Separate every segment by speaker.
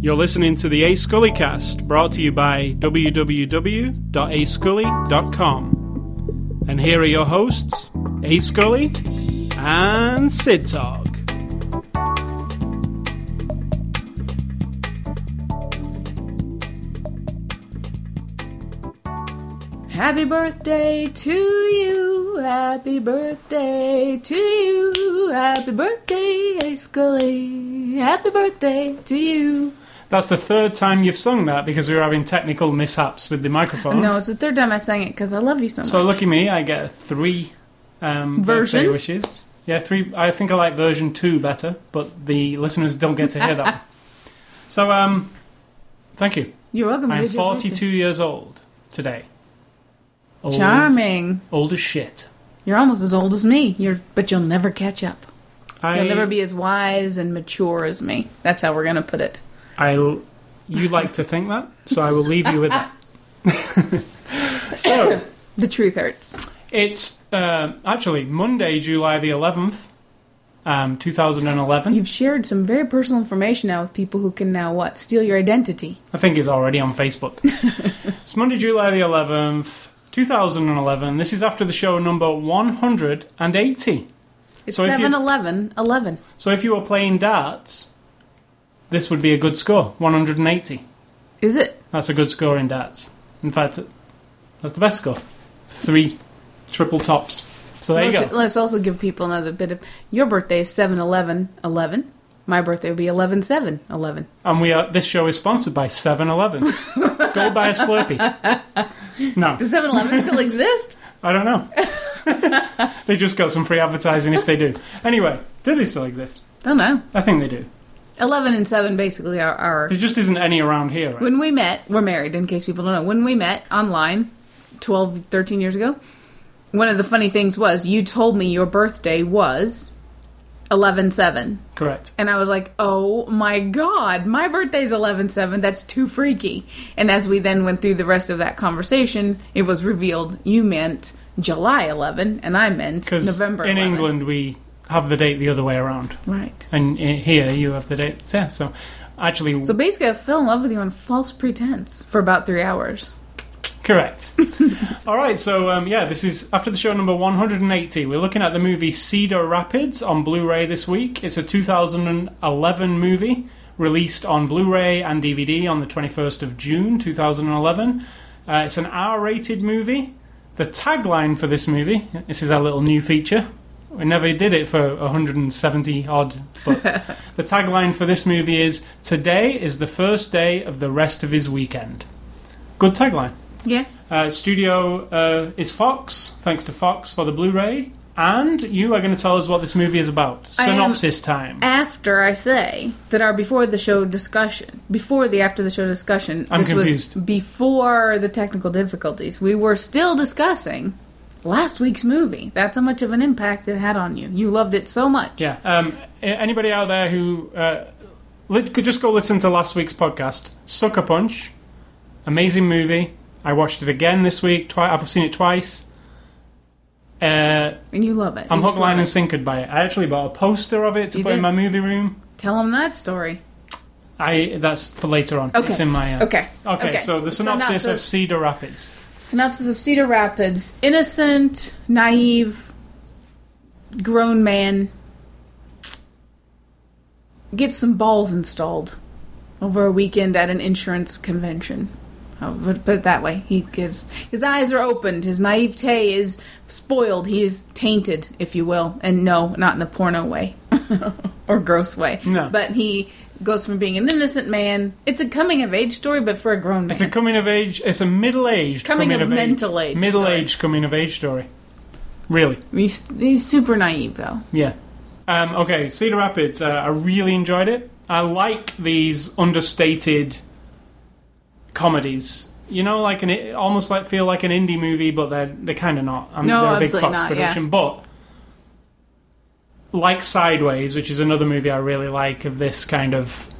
Speaker 1: You're listening to the A Scully cast brought to you by www.ascully.com. And here are your hosts, A Scully and Sid Talk.
Speaker 2: Happy birthday to you. Happy birthday to you. Happy birthday, Ace Scully. Happy birthday to you.
Speaker 1: That's the third time you've sung that because we were having technical mishaps with the microphone.
Speaker 2: No, it's the third time I sang it because I love you so much.
Speaker 1: So lucky me, I get three um, birthday
Speaker 2: Versions?
Speaker 1: wishes. Yeah, three. I think I like version two better, but the listeners don't get to hear that. one. So, um, thank you.
Speaker 2: You're welcome.
Speaker 1: I'm
Speaker 2: It is your
Speaker 1: 42 years old today. Old,
Speaker 2: birthday. Charming.
Speaker 1: Old as shit.
Speaker 2: You're almost as old as me. You're, but you'll never catch up.
Speaker 1: I,
Speaker 2: You'll never be as wise and mature as me. That's how we're gonna put it.
Speaker 1: I, you like to think that, so I will leave you with that. so
Speaker 2: The truth hurts.
Speaker 1: it's um actually Monday, July the 11th, um, 2011.
Speaker 2: You've shared some very personal information now with people who can now what steal your identity.
Speaker 1: I think it's already on Facebook. it's Monday, July the 11th, 2011. This is after the show number 180.
Speaker 2: It's
Speaker 1: So if you-
Speaker 2: seven eleven eleven.
Speaker 1: So if you were playing darts, this would be a good score 180.
Speaker 2: Is it?
Speaker 1: That's a good score in darts. In fact, that's the best score. Three triple tops. So there you
Speaker 2: let's,
Speaker 1: go.
Speaker 2: let's also give people another bit of your birthday is 7 11 11. My birthday would be 11 7 11.
Speaker 1: And we are. This show is sponsored by 7-Eleven. go buy a Slurpee. No,
Speaker 2: Does 7 11 still exist?
Speaker 1: I don't know. they just got some free advertising if they do. Anyway, do they still exist?
Speaker 2: Don't know.
Speaker 1: I think they do.
Speaker 2: 11 and 7 basically are. are
Speaker 1: There just isn't any around here. Right?
Speaker 2: when we met, we're married in case people don't know. When we met online 12, 13 years ago, one of the funny things was you told me your birthday was 11 7.
Speaker 1: Correct.
Speaker 2: And I was like, oh my god, my birthday's 11 7. That's too freaky. And as we then went through the rest of that conversation, it was revealed you meant July 11, and I meant
Speaker 1: Because
Speaker 2: November
Speaker 1: in
Speaker 2: 11.
Speaker 1: England we have the date the other way around,
Speaker 2: Right.
Speaker 1: and i- here you have the date. Yeah. So actually,
Speaker 2: So basically, I fell in love with you on false pretense for about three hours.
Speaker 1: correct. All right. So um, yeah, this is after the show number 180. We're looking at the movie Cedar Rapids on Blu-ray this week. It's a 2011 movie released on Blu-ray and DVD on the 21st of June 2011. Uh, it's an R-rated movie. The tagline for this movie. This is our little new feature. We never did it for 170 odd, but the tagline for this movie is "Today is the first day of the rest of his weekend." Good tagline.
Speaker 2: Yeah.
Speaker 1: Uh, studio uh, is Fox. Thanks to Fox for the Blu-ray, and you are going to tell us what this movie is about.
Speaker 2: I am-
Speaker 1: Synopsis time.
Speaker 2: After I say that our before the show discussion, before the after the show discussion,
Speaker 1: I'm
Speaker 2: this was
Speaker 1: confused.
Speaker 2: before the technical difficulties. We were still discussing last week's movie. That's how much of an impact it had on you. You loved it so much.
Speaker 1: Yeah. Um, a- anybody out there who uh, li- could just go listen to last week's podcast, Sucker Punch, amazing movie. I watched it again this week. Twi- I've seen it twice. Uh,
Speaker 2: And you love it.
Speaker 1: I'm
Speaker 2: You
Speaker 1: hook,
Speaker 2: just love
Speaker 1: line, and
Speaker 2: it.
Speaker 1: sinkered by it. I actually bought a poster of it to
Speaker 2: You
Speaker 1: put in
Speaker 2: did?
Speaker 1: my movie room.
Speaker 2: Tell them that story.
Speaker 1: I that's for later on.
Speaker 2: Okay.
Speaker 1: It's in my. Uh,
Speaker 2: Okay.
Speaker 1: Okay, so the synopsis, of
Speaker 2: synopsis,
Speaker 1: Cedar Rapids.
Speaker 2: synopsis of Cedar Rapids. Innocent, naive, grown man gets some balls installed over a weekend at an insurance convention. I'll put put it that way. He his his eyes are opened. His naivete is spoiled. He is tainted, if you will, and no, not in the porno way or gross way.
Speaker 1: No.
Speaker 2: but he goes from being an innocent man. It's a coming of age story, but for a grown man.
Speaker 1: It's a coming of age. It's a middle aged
Speaker 2: Coming of mental age
Speaker 1: Middle
Speaker 2: story.
Speaker 1: aged coming of age story. Really.
Speaker 2: He's, he's super naive though.
Speaker 1: Yeah. Um, okay, Cedar Rapids. Uh, I really enjoyed it. I like these understated comedies. You know, like an almost like feel like an indie movie, but they're they're kind of not. I mean,
Speaker 2: No,
Speaker 1: they're a big
Speaker 2: absolutely
Speaker 1: Fox
Speaker 2: not, yeah.
Speaker 1: production, but like Sideways, which is another movie I really like of this kind of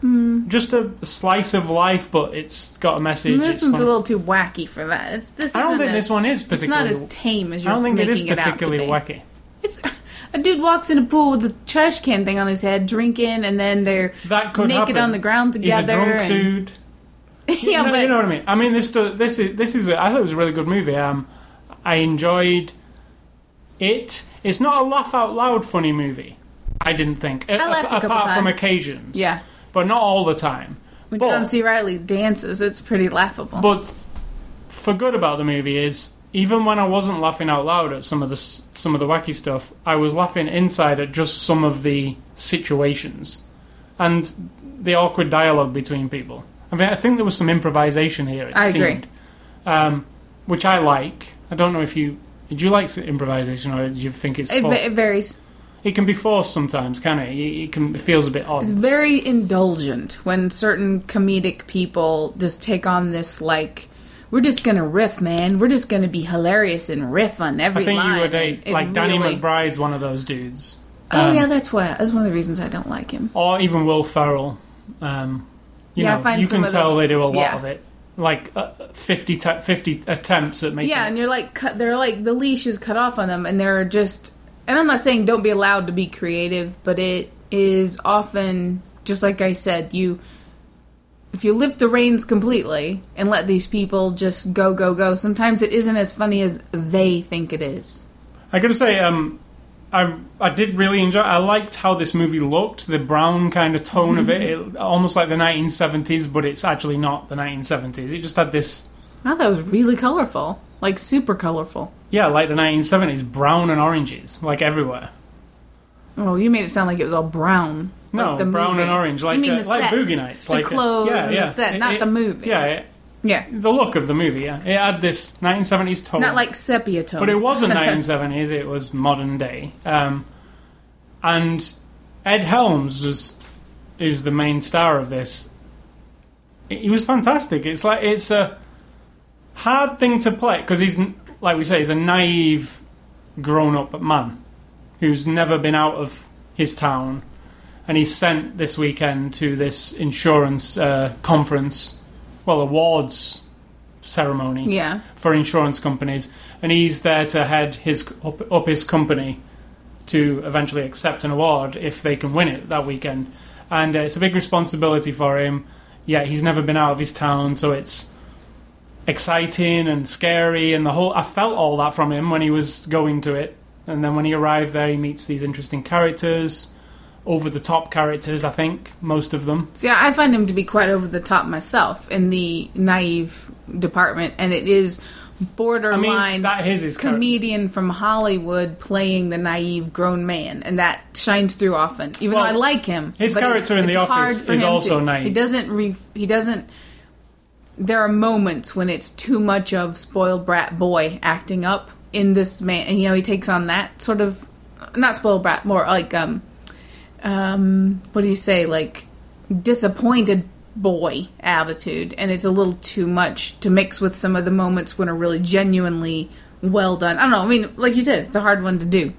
Speaker 2: Hmm.
Speaker 1: just a slice of life, but it's got a message.
Speaker 2: this
Speaker 1: it's
Speaker 2: one's
Speaker 1: fun.
Speaker 2: a little too wacky for that. It's this.
Speaker 1: I don't
Speaker 2: isn't
Speaker 1: think
Speaker 2: as,
Speaker 1: this one is
Speaker 2: It's not
Speaker 1: particularly.
Speaker 2: as tame as
Speaker 1: I
Speaker 2: you're
Speaker 1: don't think it is
Speaker 2: making it out to
Speaker 1: particularly
Speaker 2: be.
Speaker 1: wacky.
Speaker 2: It's A dude walks in a pool with a trash can thing on his head, drinking, and then they're
Speaker 1: That could
Speaker 2: naked
Speaker 1: happen.
Speaker 2: on the ground
Speaker 1: He's a
Speaker 2: together.
Speaker 1: drunk
Speaker 2: and,
Speaker 1: dude.
Speaker 2: yeah,
Speaker 1: no,
Speaker 2: but
Speaker 1: you know what I mean. I mean, this do- this is this is. A, I thought it was a really good movie. Um, I enjoyed it. It's not a laugh out loud funny movie. I didn't think. A-
Speaker 2: laughed a
Speaker 1: apart
Speaker 2: couple
Speaker 1: from
Speaker 2: times.
Speaker 1: occasions.
Speaker 2: yeah.
Speaker 1: but not all the time.
Speaker 2: When
Speaker 1: But-
Speaker 2: John C. Riley dances, it's pretty laughable.
Speaker 1: But for good about the movie is even when I wasn't laughing out loud at some of the s- some of the wacky stuff, I was laughing inside at just some of the situations and the awkward dialogue between people. I mean, I think there was some improvisation here. It
Speaker 2: I
Speaker 1: seemed,
Speaker 2: agree.
Speaker 1: um, which I like. I don't know if you did you like s- improvisation or did you think it's
Speaker 2: it,
Speaker 1: for-
Speaker 2: va- it varies.
Speaker 1: it can be forced sometimes, can it? It, it can it feels a bit odd.
Speaker 2: It's very indulgent when certain comedic people just take on this like. We're just gonna riff, man. We're just gonna be hilarious and riff on every
Speaker 1: I think
Speaker 2: line.
Speaker 1: you would
Speaker 2: and
Speaker 1: date
Speaker 2: it
Speaker 1: like Danny
Speaker 2: really-
Speaker 1: McBride's one of those dudes.
Speaker 2: Oh
Speaker 1: Um,
Speaker 2: yeah, that's why. That's one of the reasons I don't like him.
Speaker 1: or even Will Ferrell. Um, you
Speaker 2: Yeah, I
Speaker 1: know,
Speaker 2: find
Speaker 1: you
Speaker 2: some
Speaker 1: can
Speaker 2: of
Speaker 1: tell
Speaker 2: those-
Speaker 1: they do a lot
Speaker 2: yeah.
Speaker 1: of it, like uh, 50, te- 50 attempts at making.
Speaker 2: Yeah,
Speaker 1: it.
Speaker 2: and you're like, cut, they're like, the leash is cut off on them, and they're just. And I'm not saying don't be allowed to be creative, but it is often, just like I said, you. If you lift the reins completely and let these people just go, go, go, sometimes it isn't as funny as they think it is.
Speaker 1: I gotta say, um, I I did really enjoy. I liked how this movie looked, the brown kind of tone of it,
Speaker 2: Mm-hmm.
Speaker 1: it, almost like the 1970s, but it's actually not the 1970s. It just had this,
Speaker 2: I thought it was really colorful. Like, super colorful.
Speaker 1: yeah, like the 1970s, brown and oranges, like everywhere.
Speaker 2: Oh, you made it sound like it was all brown.
Speaker 1: No,
Speaker 2: like the
Speaker 1: brown
Speaker 2: movie.
Speaker 1: and orange, like
Speaker 2: you mean
Speaker 1: uh,
Speaker 2: the
Speaker 1: like
Speaker 2: sets,
Speaker 1: Boogie Nights,
Speaker 2: the
Speaker 1: like uh,
Speaker 2: clothes
Speaker 1: yeah,
Speaker 2: and
Speaker 1: yeah.
Speaker 2: the set,
Speaker 1: It-
Speaker 2: not
Speaker 1: it-
Speaker 2: the movie.
Speaker 1: Yeah, it-
Speaker 2: yeah,
Speaker 1: the look of the movie. Yeah, it had this 1970s tone.
Speaker 2: not like sepia tone.
Speaker 1: Oh. But it wasn't 1970s, it was modern day. Um, and Ed Helms was is the main star of this. He was fantastic. It's like it's a hard thing to play because he's n- like we say he's a naive grown up man who's never been out of his town and he's sent this weekend to this insurance uh, conference well awards ceremony
Speaker 2: yeah.
Speaker 1: for insurance companies, and he's there to head his up, up his company to eventually accept an award if they can win it that weekend. And uh, it's a big responsibility for him. Yeah, he's never been out of his town, so it's exciting and scary, and the whole. I felt all that from him when he was going to it, and then when he arrived there, he meets these interesting characters, over the top characters. I think most of them.
Speaker 2: Yeah, I find him to be quite over the top myself in the naive department, and it is
Speaker 1: I
Speaker 2: borderline
Speaker 1: mean, that is his character.
Speaker 2: comedian from Hollywood playing the naive grown man, and that shines through often. Even
Speaker 1: Well,
Speaker 2: though I like him,
Speaker 1: his
Speaker 2: but it's-
Speaker 1: character in The
Speaker 2: it's hard
Speaker 1: Office
Speaker 2: for
Speaker 1: is
Speaker 2: him
Speaker 1: also
Speaker 2: to-
Speaker 1: naive.
Speaker 2: He doesn't. Re, he doesn't. There are moments when it's too much of spoiled brat boy acting up in this man, and you know he takes on that sort of not spoiled brat, more like um, um, what do you say, like disappointed boy attitude, and it's a little too much to mix with some of the moments when are really genuinely well done. I don't know. I mean, like you said, it's a hard one to do.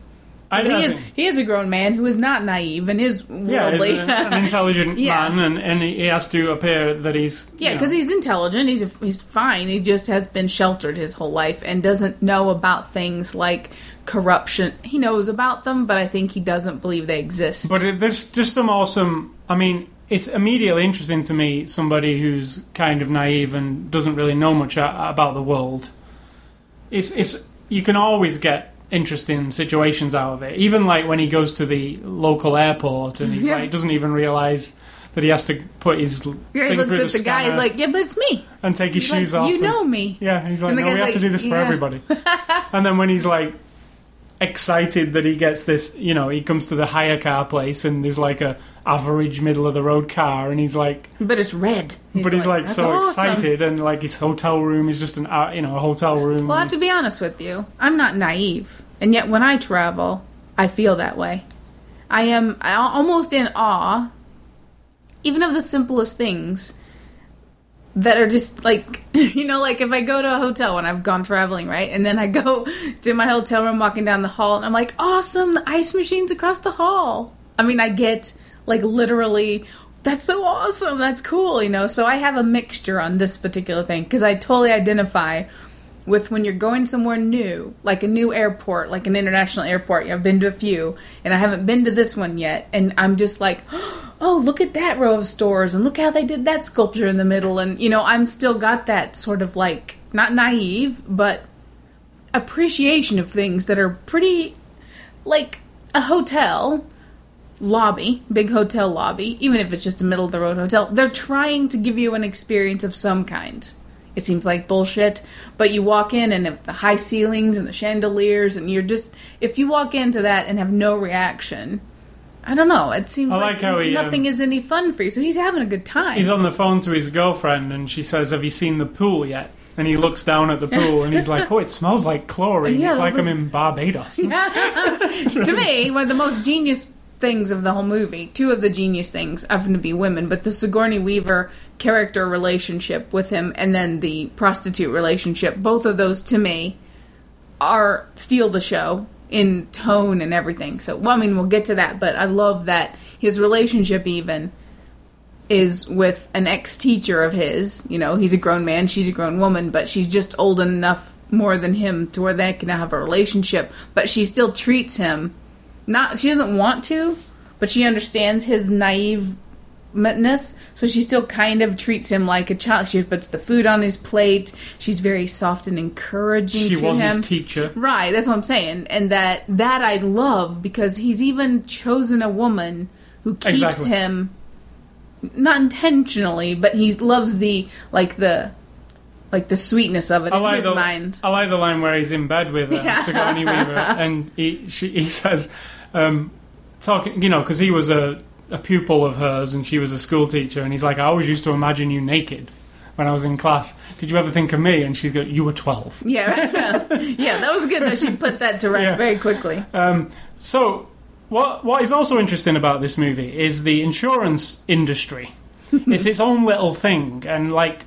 Speaker 2: 'Cause
Speaker 1: I,
Speaker 2: He
Speaker 1: I
Speaker 2: is
Speaker 1: think-
Speaker 2: he is a grown man who is not naive and is
Speaker 1: Yeah, he's
Speaker 2: worldly.
Speaker 1: an, an intelligent
Speaker 2: Yeah.
Speaker 1: man, and, and he has to appear that he's
Speaker 2: Yeah,
Speaker 1: you know,
Speaker 2: because he's intelligent. He's he's fine. He just has been sheltered his whole life and doesn't know about things like corruption. He knows about them, but I think he doesn't believe they exist.
Speaker 1: But it, there's just some awesome. I mean, it's immediately interesting to me somebody who's kind of naive and doesn't really know much a- about the world. It's it's you can always get interesting situations out of it. Even like when he goes to the local airport and he's
Speaker 2: Yeah.
Speaker 1: like doesn't even realize that he has to put his
Speaker 2: yeah, he
Speaker 1: thing
Speaker 2: looks
Speaker 1: through
Speaker 2: at the, guy. He's
Speaker 1: scanner
Speaker 2: like, "Yeah, but it's me."
Speaker 1: and take his
Speaker 2: He's
Speaker 1: shoes
Speaker 2: like,
Speaker 1: off.
Speaker 2: "You
Speaker 1: and-
Speaker 2: know me."
Speaker 1: Yeah, he's like,
Speaker 2: And the
Speaker 1: no, we
Speaker 2: guy's
Speaker 1: have to
Speaker 2: like,
Speaker 1: do this for
Speaker 2: yeah.
Speaker 1: everybody. and then when he's like excited that he gets this, you know, he comes to the hire car place and there's like a average middle of the road car, and he's like,
Speaker 2: But it's red.
Speaker 1: but he's like,
Speaker 2: "That's
Speaker 1: so
Speaker 2: awesome."
Speaker 1: excited, and like his hotel room is just an, uh, you know, a hotel room.
Speaker 2: Well, I have to be honest with you. I'm not naive, and yet when I travel, I feel that way. I am I- almost in awe, even of the simplest things that are just like you know, like if I go to a hotel when I've gone traveling, right, and then I go to my hotel room, walking down the hall, and I'm like, awesome, the ice machine's across the hall. I mean, I get like literally. That's so awesome. That's cool, you know. So I have a mixture on this particular thing because I totally identify with when you're going somewhere new, like a new airport, like an international airport. I've been to a few, and I haven't been to this one yet. And I'm just like, oh, look at that row of stores, and look how they did that sculpture in the middle. And, you know, I'm still got that sort of like, not naive, but appreciation of things that are pretty, like a hotel lobby, big hotel lobby, even if it's just a middle of the road hotel, they're trying to give you an experience of some kind. It seems like bullshit, but you walk in and if the high ceilings and the chandeliers, and you're just if you walk into that and have no reaction, I don't know. It seems
Speaker 1: I
Speaker 2: like,
Speaker 1: like how he,
Speaker 2: nothing
Speaker 1: um,
Speaker 2: is any fun for you. So he's having a good time.
Speaker 1: He's on the phone to his girlfriend, and she says, "Have you seen the pool yet?" And he looks down at the pool, and he's like, "Oh, it smells like chlorine.
Speaker 2: Yeah,
Speaker 1: it's like
Speaker 2: that
Speaker 1: I'm in Barbados."
Speaker 2: to me, one of the most genius things of the whole movie, two of the genius things happen to be women, but the Sigourney Weaver character relationship with him and then the prostitute relationship, both of those to me are steal the show in tone and everything. So, well, I mean, we'll get to that, but I love that his relationship even is with an ex teacher of his. You know, he's a grown man, she's a grown woman, but she's just old enough more than him to where they can have a relationship, but she still treats him not she doesn't want to, but she understands his naive ness, so she still kind of treats him like a child. She puts the food on his plate. She's very soft and encouraging
Speaker 1: she
Speaker 2: to
Speaker 1: was
Speaker 2: him.
Speaker 1: his teacher.
Speaker 2: Right, that's what I'm saying, and that that I love because he's even chosen a woman who keeps
Speaker 1: Exactly.
Speaker 2: him, not intentionally, but he loves the like the like the sweetness of it
Speaker 1: I
Speaker 2: in
Speaker 1: like
Speaker 2: his
Speaker 1: the
Speaker 2: mind.
Speaker 1: I like the line where he's in bed with uh,
Speaker 2: Yeah.
Speaker 1: Sigourney Weaver, and he she, he says, um, talking, you know, because he was a, a pupil of hers, and she was a school teacher, and he's like, I always used to imagine you naked when I was in class. Did you ever think of me? And she's go, You were twelve.
Speaker 2: Yeah, right. yeah, that was good that she put that to rest
Speaker 1: Yeah.
Speaker 2: very quickly.
Speaker 1: Um, so, what what is also interesting about this movie is the insurance industry. it's its own little thing, and like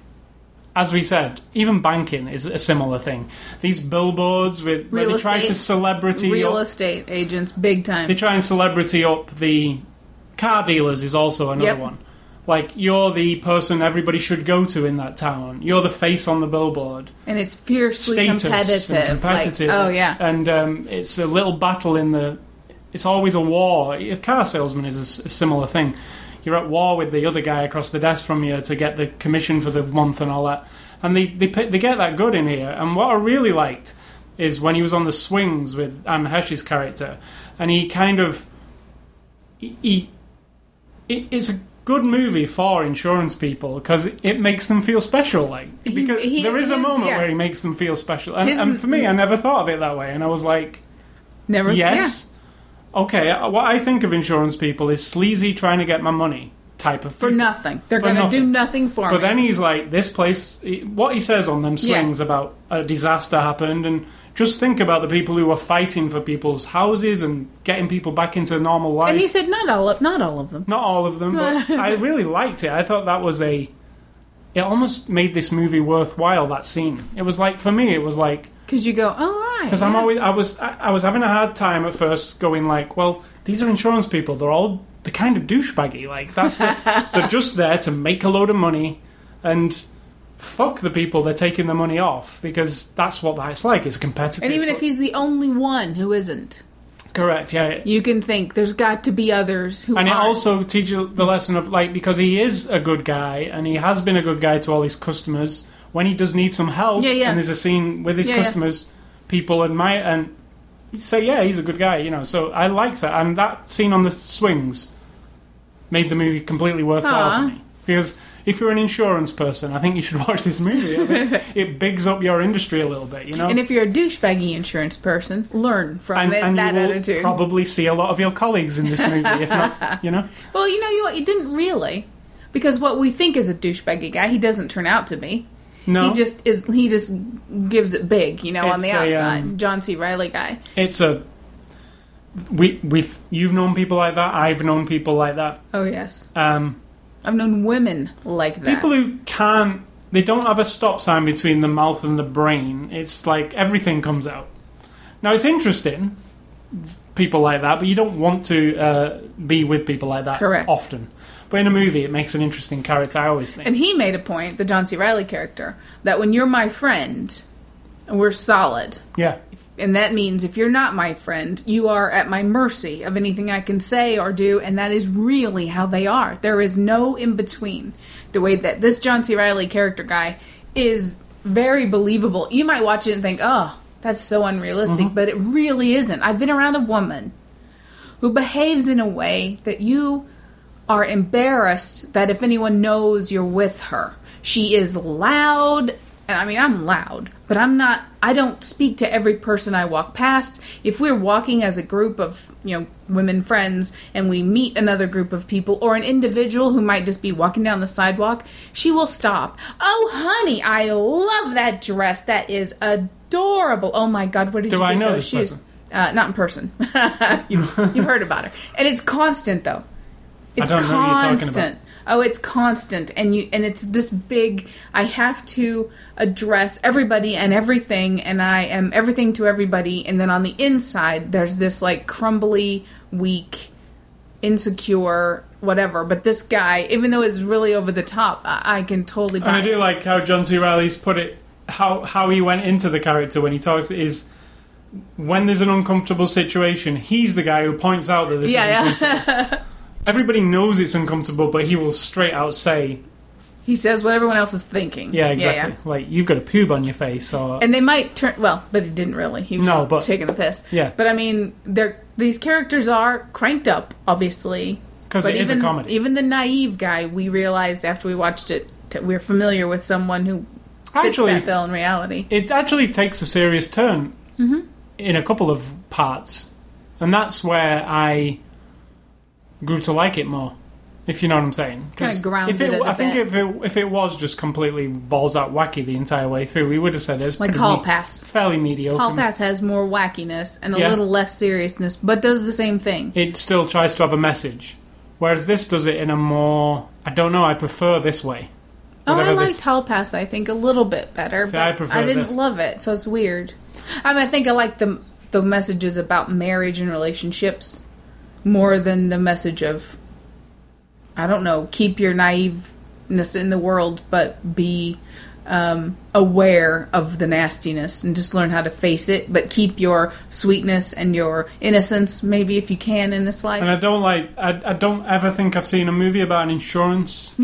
Speaker 1: as we said, even banking is a similar thing. These billboards with where
Speaker 2: Real
Speaker 1: they try to
Speaker 2: estate.
Speaker 1: celebrity
Speaker 2: Real
Speaker 1: up,
Speaker 2: estate agents, big time.
Speaker 1: they try and celebrity up the car dealers is also another
Speaker 2: Yep.
Speaker 1: one. Like you're the person everybody should go to in that town. You're the face on the billboard
Speaker 2: and it's fiercely
Speaker 1: status
Speaker 2: competitive.
Speaker 1: and competitive.
Speaker 2: Like, oh yeah,
Speaker 1: and um, it's a little battle in the. It's always a war. A car salesman is a s- a, similar thing. You're at war with the other guy across the desk from you to get the commission for the month and all that. And they they pi- they get that good in here. And what I really liked is when he was on the swings with Anne Hesh's character, and he kind of he. he it, it's a good movie for insurance people because it, it makes them feel special. Like
Speaker 2: He-
Speaker 1: because
Speaker 2: he-
Speaker 1: there is a
Speaker 2: his-
Speaker 1: moment
Speaker 2: yeah.
Speaker 1: where he makes them feel special, and,
Speaker 2: His-
Speaker 1: and for me, I never thought of it that way, and I was like,
Speaker 2: never.
Speaker 1: yes, okay. uh, What I think of insurance people is sleazy, trying to get my money type of
Speaker 2: yeah, for
Speaker 1: people.
Speaker 2: nothing. They're
Speaker 1: For
Speaker 2: going to do
Speaker 1: nothing.
Speaker 2: nothing for
Speaker 1: But
Speaker 2: me.
Speaker 1: then he's like, this place, he- what he says on them
Speaker 2: Yeah.
Speaker 1: swings about a disaster happened, and just think about the people who were fighting for people's houses and getting people back into normal life.
Speaker 2: and he said, not all of, not all of them.
Speaker 1: Not all of them, but I really liked it. I thought that was a. It almost made this movie worthwhile. That scene. It was like for me, it was like
Speaker 2: Because you go, all right.
Speaker 1: because I'm always I was I, I was having a hard time at first going like, well, these are insurance people. They're all the kind of douchebaggy. Like that's the, they're just there to make a load of money and. Fuck the people they're taking the money off because that's what that's like. It's competitive.
Speaker 2: and even if he's the only one who isn't,
Speaker 1: correct, yeah,
Speaker 2: you can think there's got to be others who.
Speaker 1: And it
Speaker 2: aren't.
Speaker 1: also teaches you the lesson of like because he is a good guy and he has been a good guy to all his customers. When he does need some help,
Speaker 2: Yeah, yeah.
Speaker 1: and there's a scene with his
Speaker 2: Yeah, yeah.
Speaker 1: customers, people admire and say, "Yeah, he's a good guy," you know. So I liked that, and that scene on the swings made the movie completely worthwhile
Speaker 2: Aw.
Speaker 1: for me because if you're an insurance person, I think you should watch this movie. I think it bigs up your industry a little bit, you know.
Speaker 2: And if you're a douchebaggy insurance person, learn from
Speaker 1: and,
Speaker 2: that,
Speaker 1: and
Speaker 2: that
Speaker 1: you will
Speaker 2: attitude.
Speaker 1: probably see a lot of your colleagues in this movie, if not, you know.
Speaker 2: Well, you know, you, you didn't really, because what we think is a douchebaggy guy, he doesn't turn out to be.
Speaker 1: No,
Speaker 2: He just is. He just gives it big, you know, on
Speaker 1: It's
Speaker 2: the
Speaker 1: a,
Speaker 2: outside.
Speaker 1: um,
Speaker 2: John C. Riley guy.
Speaker 1: it's a we we've you've known people like that i've known people like that
Speaker 2: Oh yes,
Speaker 1: um
Speaker 2: I've known women like that.
Speaker 1: people who can't they don't have a stop sign between the mouth and the brain it's like everything comes out now it's interesting people like that but you don't want to uh, be with people like that
Speaker 2: Correct.
Speaker 1: often but in a movie it makes an interesting character i always think
Speaker 2: and he made a point, the John C. Riley character, that when you're my friend, We're solid.
Speaker 1: Yeah.
Speaker 2: And that means if you're not my friend, you are at my mercy of anything I can say or do, and that is really how they are. There is no in between. The way that this John C. Riley character guy is very believable. You might watch it and think, oh, that's so unrealistic, but it really isn't. I've been around a woman who behaves in a way that you are embarrassed that if anyone knows you're with her. She is loud, and I mean, I'm loud, but I'm not, I don't speak to every person I walk past. If we're walking as a group of, you know, women friends and we meet another group of people or an individual who might just be walking down the sidewalk, she will stop. Oh, honey, I love that dress. That is adorable. Oh my God, what did
Speaker 1: Do
Speaker 2: you
Speaker 1: I
Speaker 2: get
Speaker 1: know
Speaker 2: those
Speaker 1: this
Speaker 2: shoes?
Speaker 1: person?
Speaker 2: Uh, not in person. you've, you've heard about her, and it's constant though. It's
Speaker 1: don't know who you're talking about.
Speaker 2: constant. Oh, it's constant, and you and it's this big. I have to address everybody and everything, and I am everything to everybody. And then on the inside, there's this like crumbly, weak, insecure, whatever. But this guy, even though it's really over the top, I, I can totally. Buy
Speaker 1: And I do
Speaker 2: it.
Speaker 1: like how John C. Riley's put it, how how he went into the character when he talks is when there's an uncomfortable situation, he's the guy who points out that this is
Speaker 2: yeah, yeah.
Speaker 1: everybody knows it's uncomfortable, but he will straight out say,
Speaker 2: he says what everyone else is thinking.
Speaker 1: "Yeah, exactly. Like you've got a poob on your face," or
Speaker 2: And they might turn well, but he didn't really. He was
Speaker 1: No,
Speaker 2: just
Speaker 1: but-
Speaker 2: taking the piss.
Speaker 1: Yeah.
Speaker 2: But I mean, they're these characters are cranked up, obviously.
Speaker 1: because
Speaker 2: But
Speaker 1: it is
Speaker 2: even
Speaker 1: a comedy.
Speaker 2: even the naive guy, we realized after we watched it that we're familiar with someone who fits
Speaker 1: actually,
Speaker 2: that bill in reality.
Speaker 1: it actually takes a serious turn
Speaker 2: Mm-hmm.
Speaker 1: in a couple of parts, and that's where I grew to like it more. If you know what I'm saying, 'Cause
Speaker 2: Kinda grounded
Speaker 1: If it,
Speaker 2: it a
Speaker 1: I think
Speaker 2: bit.
Speaker 1: if it if it was just completely balls out wacky the entire way through, we would have said it's
Speaker 2: Like
Speaker 1: pretty
Speaker 2: Hall
Speaker 1: me-
Speaker 2: Pass.
Speaker 1: fairly mediocre.
Speaker 2: Hall Pass has more wackiness and a
Speaker 1: Yeah.
Speaker 2: little less seriousness, but does the same thing.
Speaker 1: It still tries to have a message, whereas this does it in a more I don't know. I prefer this way.
Speaker 2: Oh, I
Speaker 1: Whatever this-
Speaker 2: liked Hall Pass, I think, a little bit better, but
Speaker 1: I
Speaker 2: I,
Speaker 1: prefer
Speaker 2: didn't
Speaker 1: this.
Speaker 2: love it, so it's weird. I mean, I think I like the the messages about marriage and relationships more than the message of I don't know, keep your naiveness in the world, but be um, aware of the nastiness and just learn how to face it, but keep your sweetness and your innocence, maybe if you can in this life.
Speaker 1: And I don't like. I, I don't ever think I've seen a movie about an insurance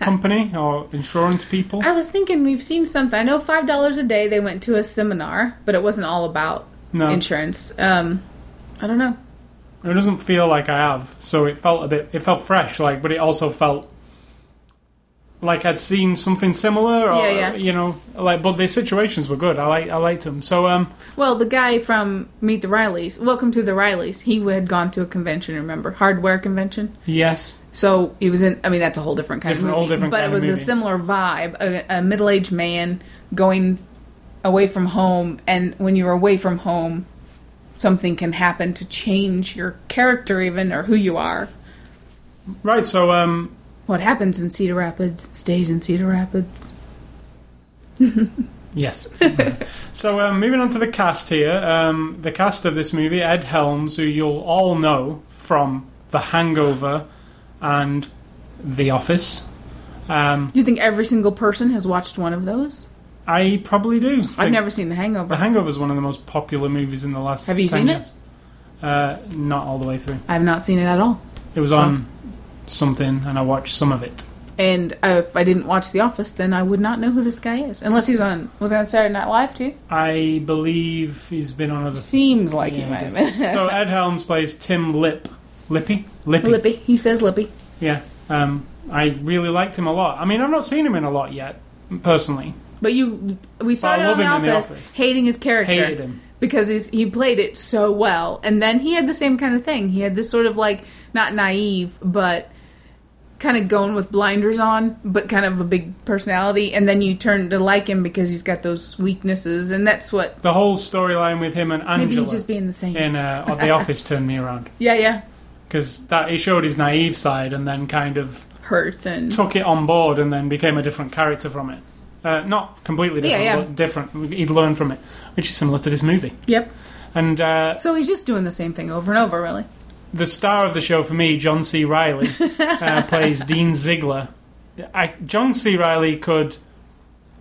Speaker 1: company or insurance people.
Speaker 2: I was thinking we've seen something. I know five dollars a day they went to a seminar, but it wasn't all about
Speaker 1: No.
Speaker 2: insurance. Um, I don't know.
Speaker 1: It doesn't feel like I have, so it felt a bit. It felt fresh, like, but it also felt like I'd seen something similar, or
Speaker 2: Yeah, yeah.
Speaker 1: you know, like. But the situations were good. I like. I liked them. So um,
Speaker 2: Well, the guy from Meet the Rileys, Welcome to the Rileys, he had gone to a convention. Remember, hardware convention.
Speaker 1: yes,
Speaker 2: So he was in. I mean, that's a whole different kind
Speaker 1: Different-
Speaker 2: of
Speaker 1: whole
Speaker 2: movie,
Speaker 1: different
Speaker 2: but
Speaker 1: kind of
Speaker 2: it was a
Speaker 1: movie.
Speaker 2: similar vibe. A, a middle-aged man going away from home, and when you're away from home, something can happen to change your character, even or who you are.
Speaker 1: right. So um,
Speaker 2: What happens in Cedar Rapids stays in Cedar Rapids.
Speaker 1: yes. so um, moving on to the cast here. Um, the cast of this movie: Ed Helms, who you'll all know from The Hangover and The Office. Um,
Speaker 2: Do you think every single person has watched one of those?
Speaker 1: I probably do.
Speaker 2: I've
Speaker 1: think- Uh-huh.
Speaker 2: never seen The Hangover.
Speaker 1: The Hangover is one of the most popular movies in the last.
Speaker 2: Have you
Speaker 1: 10
Speaker 2: seen it?
Speaker 1: years. Uh, not all the way through.
Speaker 2: I've not seen it at all.
Speaker 1: It was
Speaker 2: Some.
Speaker 1: on something, and I watched some of it.
Speaker 2: And uh, if I didn't watch The Office, then I would not know who this guy is, unless he was on was he on Saturday Night Live too.
Speaker 1: I believe he's been on other.
Speaker 2: Seems like
Speaker 1: Yeah,
Speaker 2: he might have
Speaker 1: does.
Speaker 2: been.
Speaker 1: so Ed Helms plays Tim Lip, Lippy, Lippy.
Speaker 2: Lippy, he says Lippy.
Speaker 1: Yeah, um, I really liked him a lot. I mean, I've not seen him in a lot yet, personally.
Speaker 2: But you, we started
Speaker 1: love
Speaker 2: on the
Speaker 1: him in
Speaker 2: office,
Speaker 1: The Office.
Speaker 2: hating his character
Speaker 1: Hated him.
Speaker 2: because he's, he played it so well, and then he had the same kind of thing. He had this sort of like not naive, but kind of going with blinders on, but kind of a big personality. And then you turn to like him because he's got those weaknesses, and that's what
Speaker 1: The whole storyline with him and Angela
Speaker 2: maybe he's just being the same.
Speaker 1: in uh, The Office turned me around
Speaker 2: yeah, yeah,
Speaker 1: because that it showed his naive side and then kind of
Speaker 2: hurts and
Speaker 1: took it on board and then became a different character from it. Uh, not completely different,
Speaker 2: Yeah, yeah.
Speaker 1: but different. He'd learned from it, which is similar to this movie.
Speaker 2: yep.
Speaker 1: And uh,
Speaker 2: So he's just doing the same thing over and over, really.
Speaker 1: the star of the show for me, John C. Riley, uh, plays Dean Ziegler. I, John C. Riley could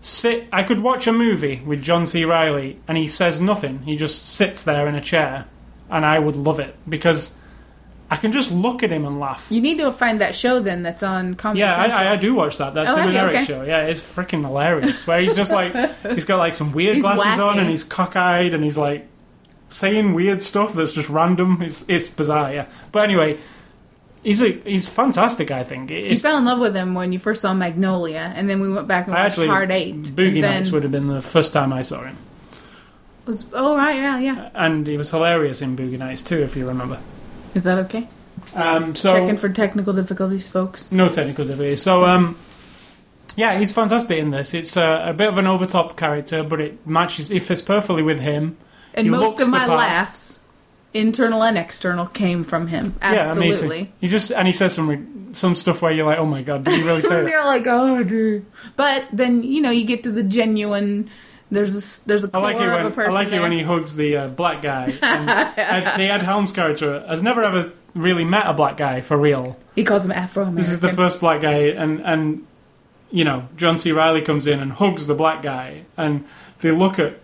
Speaker 1: sit. I could watch a movie with John C. Riley, and he says nothing. He just sits there in a chair, and I would love it because I can just look at him and laugh.
Speaker 2: You need to find that show then that's on Comedy
Speaker 1: Yeah,
Speaker 2: Central.
Speaker 1: I, I, I do watch that. That
Speaker 2: Oh,
Speaker 1: Tim and
Speaker 2: okay,
Speaker 1: Eric
Speaker 2: okay.
Speaker 1: show. Yeah, it's freaking hilarious. Where he's just like, he's got like some weird
Speaker 2: He's
Speaker 1: glasses on,
Speaker 2: wacky.
Speaker 1: and he's cockeyed, and he's like saying weird stuff that's just random. It's it's bizarre. Yeah, but anyway, he's a, he's fantastic. I think.
Speaker 2: you
Speaker 1: It's,
Speaker 2: fell in love with him when you first saw Magnolia, and then we went back and
Speaker 1: I
Speaker 2: watched
Speaker 1: actually
Speaker 2: Hard Eight.
Speaker 1: Boogie
Speaker 2: and then
Speaker 1: Nights would have been the first time I saw him,
Speaker 2: was oh right, yeah, yeah.
Speaker 1: and he was hilarious in Boogie Nights too, if you remember.
Speaker 2: Is that okay?
Speaker 1: Um, so
Speaker 2: Checking for technical difficulties, folks.
Speaker 1: No technical difficulties. So, um, yeah, he's fantastic in this. It's a, a bit of an overtop character, but it matches, it fits perfectly with him.
Speaker 2: And
Speaker 1: He
Speaker 2: most
Speaker 1: looks
Speaker 2: of
Speaker 1: the
Speaker 2: my
Speaker 1: part.
Speaker 2: laughs, internal and external, came from him.
Speaker 1: Yeah,
Speaker 2: Absolutely.
Speaker 1: amazing. He just and he says some re- some stuff where you're like, oh my god, did he really say that?
Speaker 2: You're like, oh, dude. But then you know you get to the genuine. There's this. There's a
Speaker 1: I
Speaker 2: core
Speaker 1: like it
Speaker 2: of a
Speaker 1: when
Speaker 2: person.
Speaker 1: I like it
Speaker 2: there.
Speaker 1: when he hugs the uh, black guy. And Ed, the Ed Helms character has never ever really met a black guy for real.
Speaker 2: He calls him Afro American.
Speaker 1: This is the first black guy, and and you know John C. Riley comes in and hugs the black guy, and they look at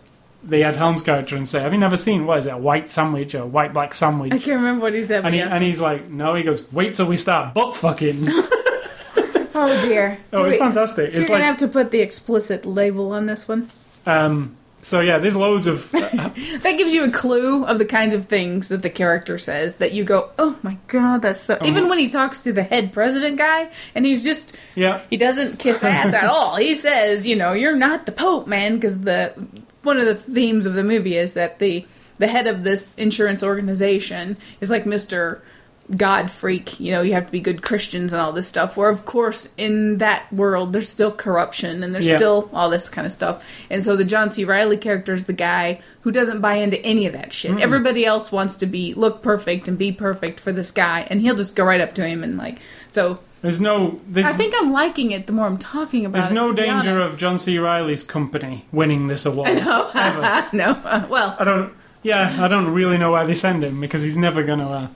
Speaker 1: the Ed Helms character and say, "Have you never seen what is it, a white sandwich or a white black
Speaker 2: I
Speaker 1: sandwich?"
Speaker 2: can't remember what he said. But
Speaker 1: And, he,
Speaker 2: yeah.
Speaker 1: and he's like, "No," he goes, "Wait till we start butt fucking."
Speaker 2: oh dear.
Speaker 1: Oh, it's
Speaker 2: Wait,
Speaker 1: fantastic.
Speaker 2: You're
Speaker 1: It's
Speaker 2: gonna
Speaker 1: like,
Speaker 2: have to put the explicit label on this one.
Speaker 1: um, so yeah, there's loads of
Speaker 2: That gives you a clue of the kinds of things that the character says that you go, oh my god, that's
Speaker 1: Uh-huh.
Speaker 2: so. Even when he talks to the head president guy, and he's just
Speaker 1: yeah.
Speaker 2: he doesn't kiss ass at all. He says, you know, you're not the pope, man, because the one of the themes of the movie is that the the head of this insurance organization is like Mister God freak. You know, you have to be good Christians and all this stuff. Where of course in that world there's still corruption and there's
Speaker 1: Yeah.
Speaker 2: still all this kind of stuff. And so the John C. Riley character is the guy who doesn't buy into any of that shit. Everybody else wants to be look perfect and be perfect for this guy, and he'll just go right up to him and like so.
Speaker 1: There's no. There's,
Speaker 2: I think I'm liking it the more I'm talking about
Speaker 1: there's
Speaker 2: it.
Speaker 1: no
Speaker 2: to be
Speaker 1: danger
Speaker 2: honest.
Speaker 1: of John C. Riley's company winning this award. Ever.
Speaker 2: no, uh, well,
Speaker 1: I don't. Yeah, I don't really know why they send him because he's never gonna. Uh,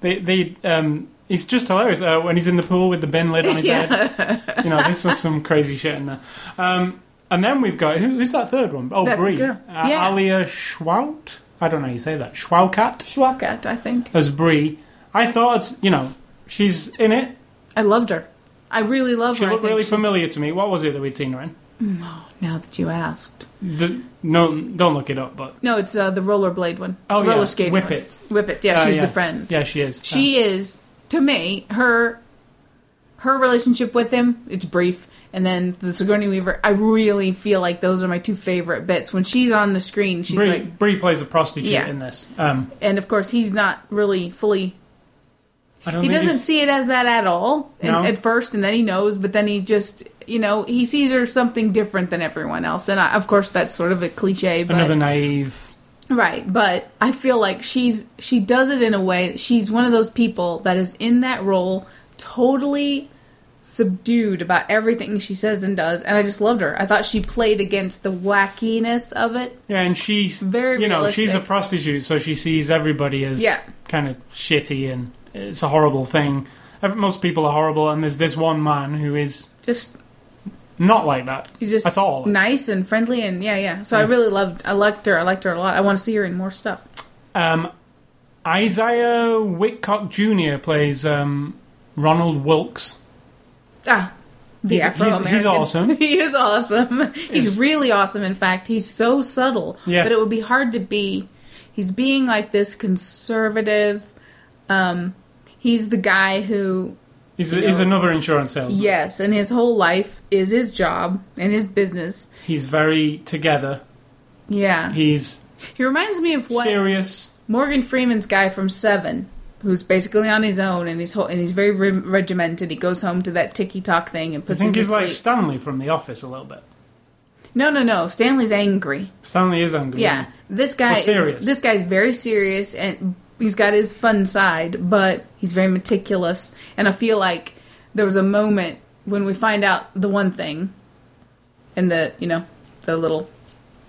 Speaker 1: they they um. He's just hilarious uh, when he's in the pool with the bin lid on his head. You know, this is some crazy shit in there. Um, and then we've got who, who's that third one? Oh,
Speaker 2: That's the
Speaker 1: Brie,
Speaker 2: girl.
Speaker 1: Uh,
Speaker 2: Yeah.
Speaker 1: Alia Schwout. I don't know how you say that. Schwaukat
Speaker 2: Schwakat, I think
Speaker 1: as Brie. I thought it's you know she's in it.
Speaker 2: I loved her. I really love
Speaker 1: She
Speaker 2: her. I
Speaker 1: looked
Speaker 2: think
Speaker 1: really
Speaker 2: she's-
Speaker 1: familiar to me. What was it that we'd seen her in?
Speaker 2: Now that you asked,
Speaker 1: D- no, don't look it up. But
Speaker 2: no, it's uh, the rollerblade one.
Speaker 1: Oh,
Speaker 2: roller
Speaker 1: yeah.
Speaker 2: skating.
Speaker 1: Whip
Speaker 2: one.
Speaker 1: It.
Speaker 2: Whip it. Yeah,
Speaker 1: Uh,
Speaker 2: she's
Speaker 1: yeah.
Speaker 2: the friend.
Speaker 1: yeah, Uh. she is. Um,
Speaker 2: She is to me her her relationship with him. It's brief, and then the Sigourney Weaver. I really feel like those are my two favorite bits. When she's on the screen, she's
Speaker 1: Brie,
Speaker 2: like
Speaker 1: Brie plays a prostitute
Speaker 2: Yeah.
Speaker 1: in this. Um,
Speaker 2: and of course he's not really fully
Speaker 1: I don't
Speaker 2: he
Speaker 1: think
Speaker 2: doesn't
Speaker 1: he's-
Speaker 2: see it as that at all and,
Speaker 1: No.
Speaker 2: at first and then he knows but then he just you know he sees her something different than everyone else and I, of course that's sort of a cliche but
Speaker 1: another naive.
Speaker 2: right but i feel like she's she does it in a way she's one of those people that is in that role totally subdued about everything she says and does and i just loved her i thought she played against the wackiness of it
Speaker 1: Yeah, and she's
Speaker 2: Very
Speaker 1: you know she's a
Speaker 2: realistic.
Speaker 1: prostitute, so she sees everybody as
Speaker 2: Yeah.
Speaker 1: kind of shitty, and it's a horrible thing. Ev- Most people are horrible, and there's this one man who is
Speaker 2: just
Speaker 1: not like that
Speaker 2: He's just
Speaker 1: at all.
Speaker 2: nice and friendly and yeah, yeah. So I really loved, I liked her. I liked her a lot. I want to see her in more stuff.
Speaker 1: Um, Isaiah Whitcock Jr. plays um, Ronald Wilkes.
Speaker 2: Ah, the
Speaker 1: He's-
Speaker 2: Afro
Speaker 1: he's-
Speaker 2: American.
Speaker 1: he's awesome.
Speaker 2: he is awesome. He's
Speaker 1: Is-
Speaker 2: really awesome. In fact, he's so subtle.
Speaker 1: Yeah.
Speaker 2: But it would be hard to be. He's being like this conservative. Um, he's the guy who
Speaker 1: He's, he's
Speaker 2: Yeah.
Speaker 1: another insurance salesman.
Speaker 2: yes, and his whole life is his job and his business.
Speaker 1: He's very together.
Speaker 2: Yeah,
Speaker 1: He's
Speaker 2: he reminds me of what
Speaker 1: serious.
Speaker 2: Morgan Freeman's guy from Seven, who's basically on his own and he's whole, and he's very re- regimented. He goes home to that ticky talk thing and
Speaker 1: I
Speaker 2: puts him
Speaker 1: think
Speaker 2: to
Speaker 1: he's
Speaker 2: sleep.
Speaker 1: like Stanley from The Office a little bit.
Speaker 2: no, no, no. Stanley's angry.
Speaker 1: Stanley is angry.
Speaker 2: Yeah, this guy
Speaker 1: Well,
Speaker 2: is
Speaker 1: serious.
Speaker 2: this guy's very serious and he's got his fun side, but he's very meticulous. And I feel like there was a moment when we find out the one thing, and the you know the little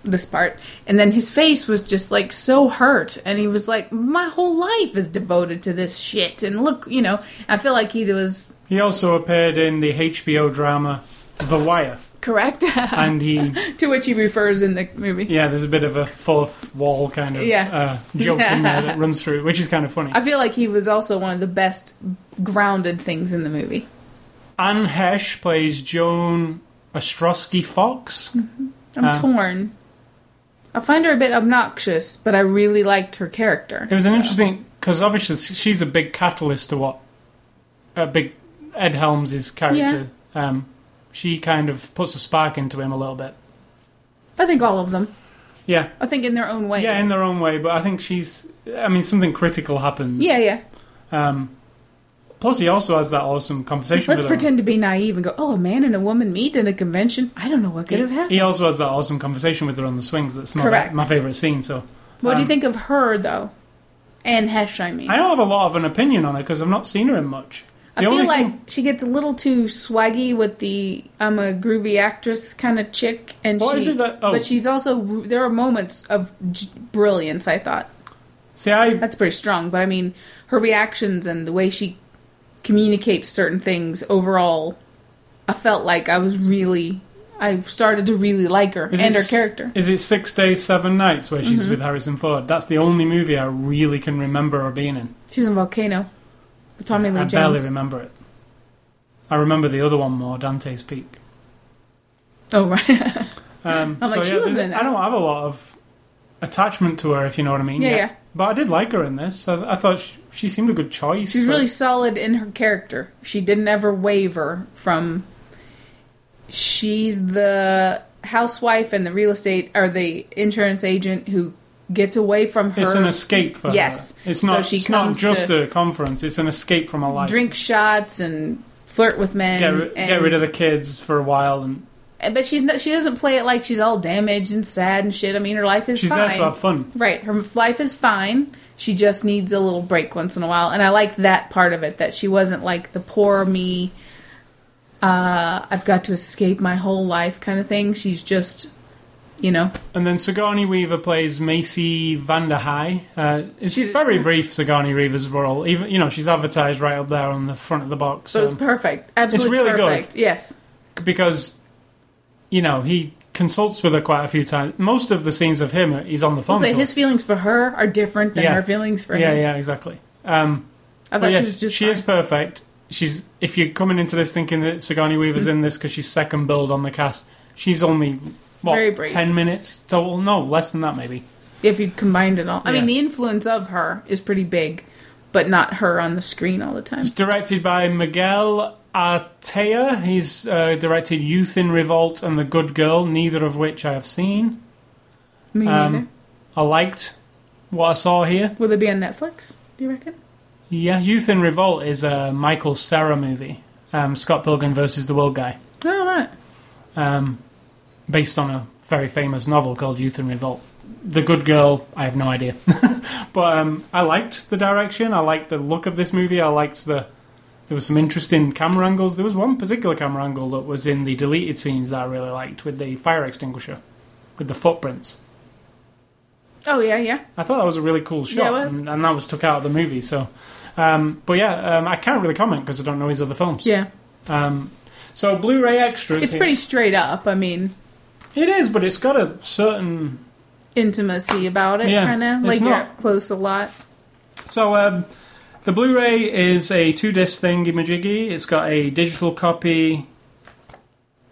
Speaker 2: this part and then his face was just like so hurt and he was like my whole life is devoted to this shit and look you know i feel like he was
Speaker 1: He also appeared in the HBO drama The Wire,
Speaker 2: Correct.
Speaker 1: and he
Speaker 2: to which he refers in the movie.
Speaker 1: yeah, there's a bit of a fourth wall kind of
Speaker 2: Yeah.
Speaker 1: uh, joke in there that runs through, it, which is kind of funny.
Speaker 2: I feel like he was also one of the best grounded things in the movie.
Speaker 1: Anne Hesh plays Joan Ostrowski Fox.
Speaker 2: I'm
Speaker 1: Uh.
Speaker 2: torn. I find her a bit obnoxious, but I really liked her character.
Speaker 1: It was an
Speaker 2: so.
Speaker 1: interesting because obviously she's a big catalyst to what a big Ed Helms' character. Um, she kind of puts a spark into him a little bit.
Speaker 2: I think all of them.
Speaker 1: Yeah,
Speaker 2: I think in their own ways.
Speaker 1: yeah, in their own way. But I think she's. I mean, something critical happens.
Speaker 2: yeah, yeah.
Speaker 1: Um, plus, he also has that awesome conversation.
Speaker 2: Let's
Speaker 1: with her.
Speaker 2: pretend to be naive and go, oh, a man and a woman meet in a convention. I don't know what could have
Speaker 1: He,
Speaker 2: happened.
Speaker 1: he also has that awesome conversation with her on the swings. That's my,
Speaker 2: Correct.
Speaker 1: my favorite scene. So
Speaker 2: What do you
Speaker 1: um,
Speaker 2: think of her, though? Anne Hesh, I mean.
Speaker 1: I don't have a lot of an opinion on her because I've not seen her in much.
Speaker 2: I
Speaker 1: The
Speaker 2: feel
Speaker 1: only
Speaker 2: like
Speaker 1: thing-
Speaker 2: she gets a little too swaggy with the "I'm a groovy actress" kind of chick, and
Speaker 1: What
Speaker 2: she,
Speaker 1: is it that- oh.
Speaker 2: but she's also there are moments of j- brilliance. I thought
Speaker 1: see, I
Speaker 2: that's pretty strong, but I mean her reactions and the way she communicates certain things overall, I felt like I was really, I started to really like her
Speaker 1: Is it
Speaker 2: and her
Speaker 1: s-
Speaker 2: character. Mm-hmm.
Speaker 1: Is it Six Days, Seven Nights where she's with Harrison Ford? That's the only movie I really can remember her being in.
Speaker 2: She's in Volcano with Tommy Lee
Speaker 1: I barely
Speaker 2: Jones.
Speaker 1: remember it. I remember the other one more, Dante's Peak.
Speaker 2: Oh right, yeah,
Speaker 1: Um,
Speaker 2: I'm like, she was
Speaker 1: there's-
Speaker 2: in it.
Speaker 1: I don't have a lot of attachment to her, if you know what I mean.
Speaker 2: yeah.
Speaker 1: yet. But I did like her in this. I, I thought she, she seemed a good choice.
Speaker 2: She's
Speaker 1: for-
Speaker 2: really solid in her character. She didn't ever waver from. She's the housewife and the real estate or the insurance agent who gets away from her
Speaker 1: It's an escape for
Speaker 2: Yes.
Speaker 1: her. It's
Speaker 2: So
Speaker 1: not,
Speaker 2: she
Speaker 1: it's not
Speaker 2: comes
Speaker 1: just
Speaker 2: to-
Speaker 1: a conference, it's an escape from her life.
Speaker 2: drink shots and flirt with men.
Speaker 1: get, ri-
Speaker 2: and,
Speaker 1: get rid of the kids for a while, and
Speaker 2: But she's not, she doesn't play it like she's all damaged and sad and shit. I mean, her life is
Speaker 1: she's
Speaker 2: fine.
Speaker 1: there to have fun.
Speaker 2: Right. Her life is fine. She just needs a little break once in a while. And I like that part of it that she wasn't like the poor me, uh, I've got to escape my whole life kind of thing. She's just, you know,
Speaker 1: And then Sigourney Weaver plays Macy Vanderhey. Uh, it's
Speaker 2: She-
Speaker 1: very brief Sigourney Weaver's role. Even you know she's advertised right up there on the front of the box
Speaker 2: so it's
Speaker 1: um,
Speaker 2: perfect. Absolutely
Speaker 1: really good.
Speaker 2: perfect. Yes.
Speaker 1: because you know he consults with her quite a few times. Most of the scenes of him, he's on the
Speaker 2: I'll
Speaker 1: phone.
Speaker 2: say
Speaker 1: to her.
Speaker 2: his feelings for her are different than
Speaker 1: Yeah.
Speaker 2: her feelings for
Speaker 1: yeah,
Speaker 2: him.
Speaker 1: yeah, exactly. Um,
Speaker 2: I
Speaker 1: but
Speaker 2: thought
Speaker 1: yeah,
Speaker 2: she was just.
Speaker 1: is perfect. She's if you're coming into this thinking that Sigourney Weaver's
Speaker 2: Hmm.
Speaker 1: in this because she's second build on the cast, she's only what
Speaker 2: Very brief.
Speaker 1: ten minutes total. No, less than that maybe.
Speaker 2: If you combined it all. I
Speaker 1: Yeah.
Speaker 2: mean, the influence of her is pretty big, but not her on the screen all the time.
Speaker 1: It's directed by Miguel Artea. He's uh, directed Youth in Revolt and The Good Girl, neither of which I have seen.
Speaker 2: Me
Speaker 1: Um,
Speaker 2: neither.
Speaker 1: I liked what I saw here.
Speaker 2: Will it be on Netflix? Do you reckon?
Speaker 1: Yeah, Youth in Revolt is a Michael Cera movie. Um, Scott Pilgrim versus the World guy,
Speaker 2: Oh, right.
Speaker 1: um, based on a very famous novel called Youth in Revolt. The Good Girl, I have no idea, but um, I liked the direction. I liked the look of this movie. I liked the there was some interesting camera angles. There was one particular camera angle that was in the deleted scenes that I really liked with the fire extinguisher, with the footprints.
Speaker 2: Oh yeah, yeah.
Speaker 1: I thought that was a really cool shot,
Speaker 2: Yeah, it was.
Speaker 1: And, and that was took out of the movie. So, um, but yeah, um, I can't really comment because I don't know his other films.
Speaker 2: Yeah.
Speaker 1: Um, so Blu-ray extras.
Speaker 2: It's
Speaker 1: here-
Speaker 2: pretty straight up. I mean,
Speaker 1: It is, but it's got a certain.
Speaker 2: intimacy about it,
Speaker 1: Yeah,
Speaker 2: kind of.
Speaker 1: it's
Speaker 2: Like you're
Speaker 1: not-
Speaker 2: up close a lot.
Speaker 1: So um, the Blu-ray is a two-disc thingy majiggy. It's got a digital copy.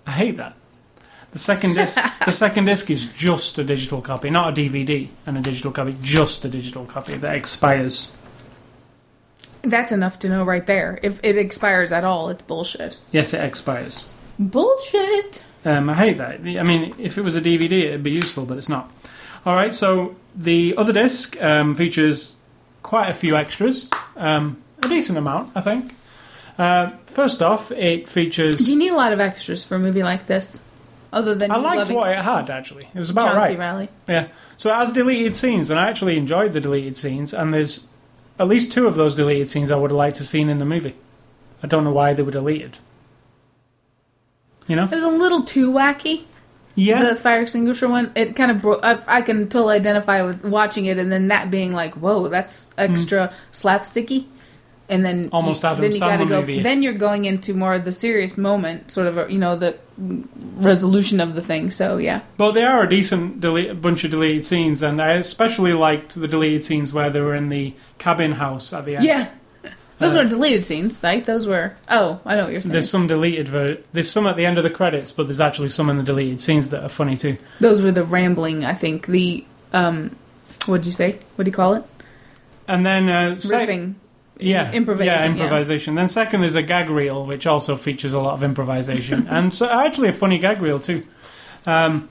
Speaker 1: I hate that. The second disc, the second disc is just a digital copy, not a DVD and a digital copy, just a digital copy that expires.
Speaker 2: That's enough to know right there. If it expires at all, it's bullshit.
Speaker 1: Yes, it expires.
Speaker 2: Bullshit.
Speaker 1: Um, I hate that. The- I mean, if it was a DVD, it'd be useful, but it's not. All right, so the other disc um, features quite a few extras, um, a decent amount, I think. Uh, first off, it
Speaker 2: Do
Speaker 1: features.
Speaker 2: you need a lot of extras for a movie like this? Other than
Speaker 1: I
Speaker 2: you
Speaker 1: liked
Speaker 2: loving
Speaker 1: what it had actually. It was about
Speaker 2: John C.
Speaker 1: right.
Speaker 2: Riley.
Speaker 1: Yeah. So it has deleted scenes, and I actually enjoyed the deleted scenes. And there's at least two of those deleted scenes I would have liked to seen in the movie. I don't know why they were deleted. You know?
Speaker 2: It was a little too wacky.
Speaker 1: Yeah.
Speaker 2: The fire extinguisher one. It kind of broke. I, I can totally identify with watching it, and then that being like, "Whoa, that's extra slapsticky." And then
Speaker 1: Hmm. Almost
Speaker 2: you,
Speaker 1: Adam
Speaker 2: then you gotta
Speaker 1: Sandler
Speaker 2: go.
Speaker 1: movie.
Speaker 2: Then you're going into more of the serious moment, sort of. You know the resolution of the thing. So yeah,
Speaker 1: But they are a decent dele- bunch of deleted scenes, and I especially liked the deleted scenes where they were in the cabin house at the end.
Speaker 2: yeah.
Speaker 1: Uh,
Speaker 2: Those were deleted scenes, right? Those were. Oh, I know what you're saying.
Speaker 1: There's some deleted ver- there's some at the end of the credits, but there's actually some in the deleted scenes that are funny too.
Speaker 2: Those were the rambling. I think the um, what'd you say? What do you call it?
Speaker 1: And then uh, sec-
Speaker 2: Riffing.
Speaker 1: yeah,
Speaker 2: improvising,
Speaker 1: yeah,
Speaker 2: yeah.
Speaker 1: improvisation. Then second, there's a gag reel which also features a lot of improvisation, and so actually a funny gag reel too. Um,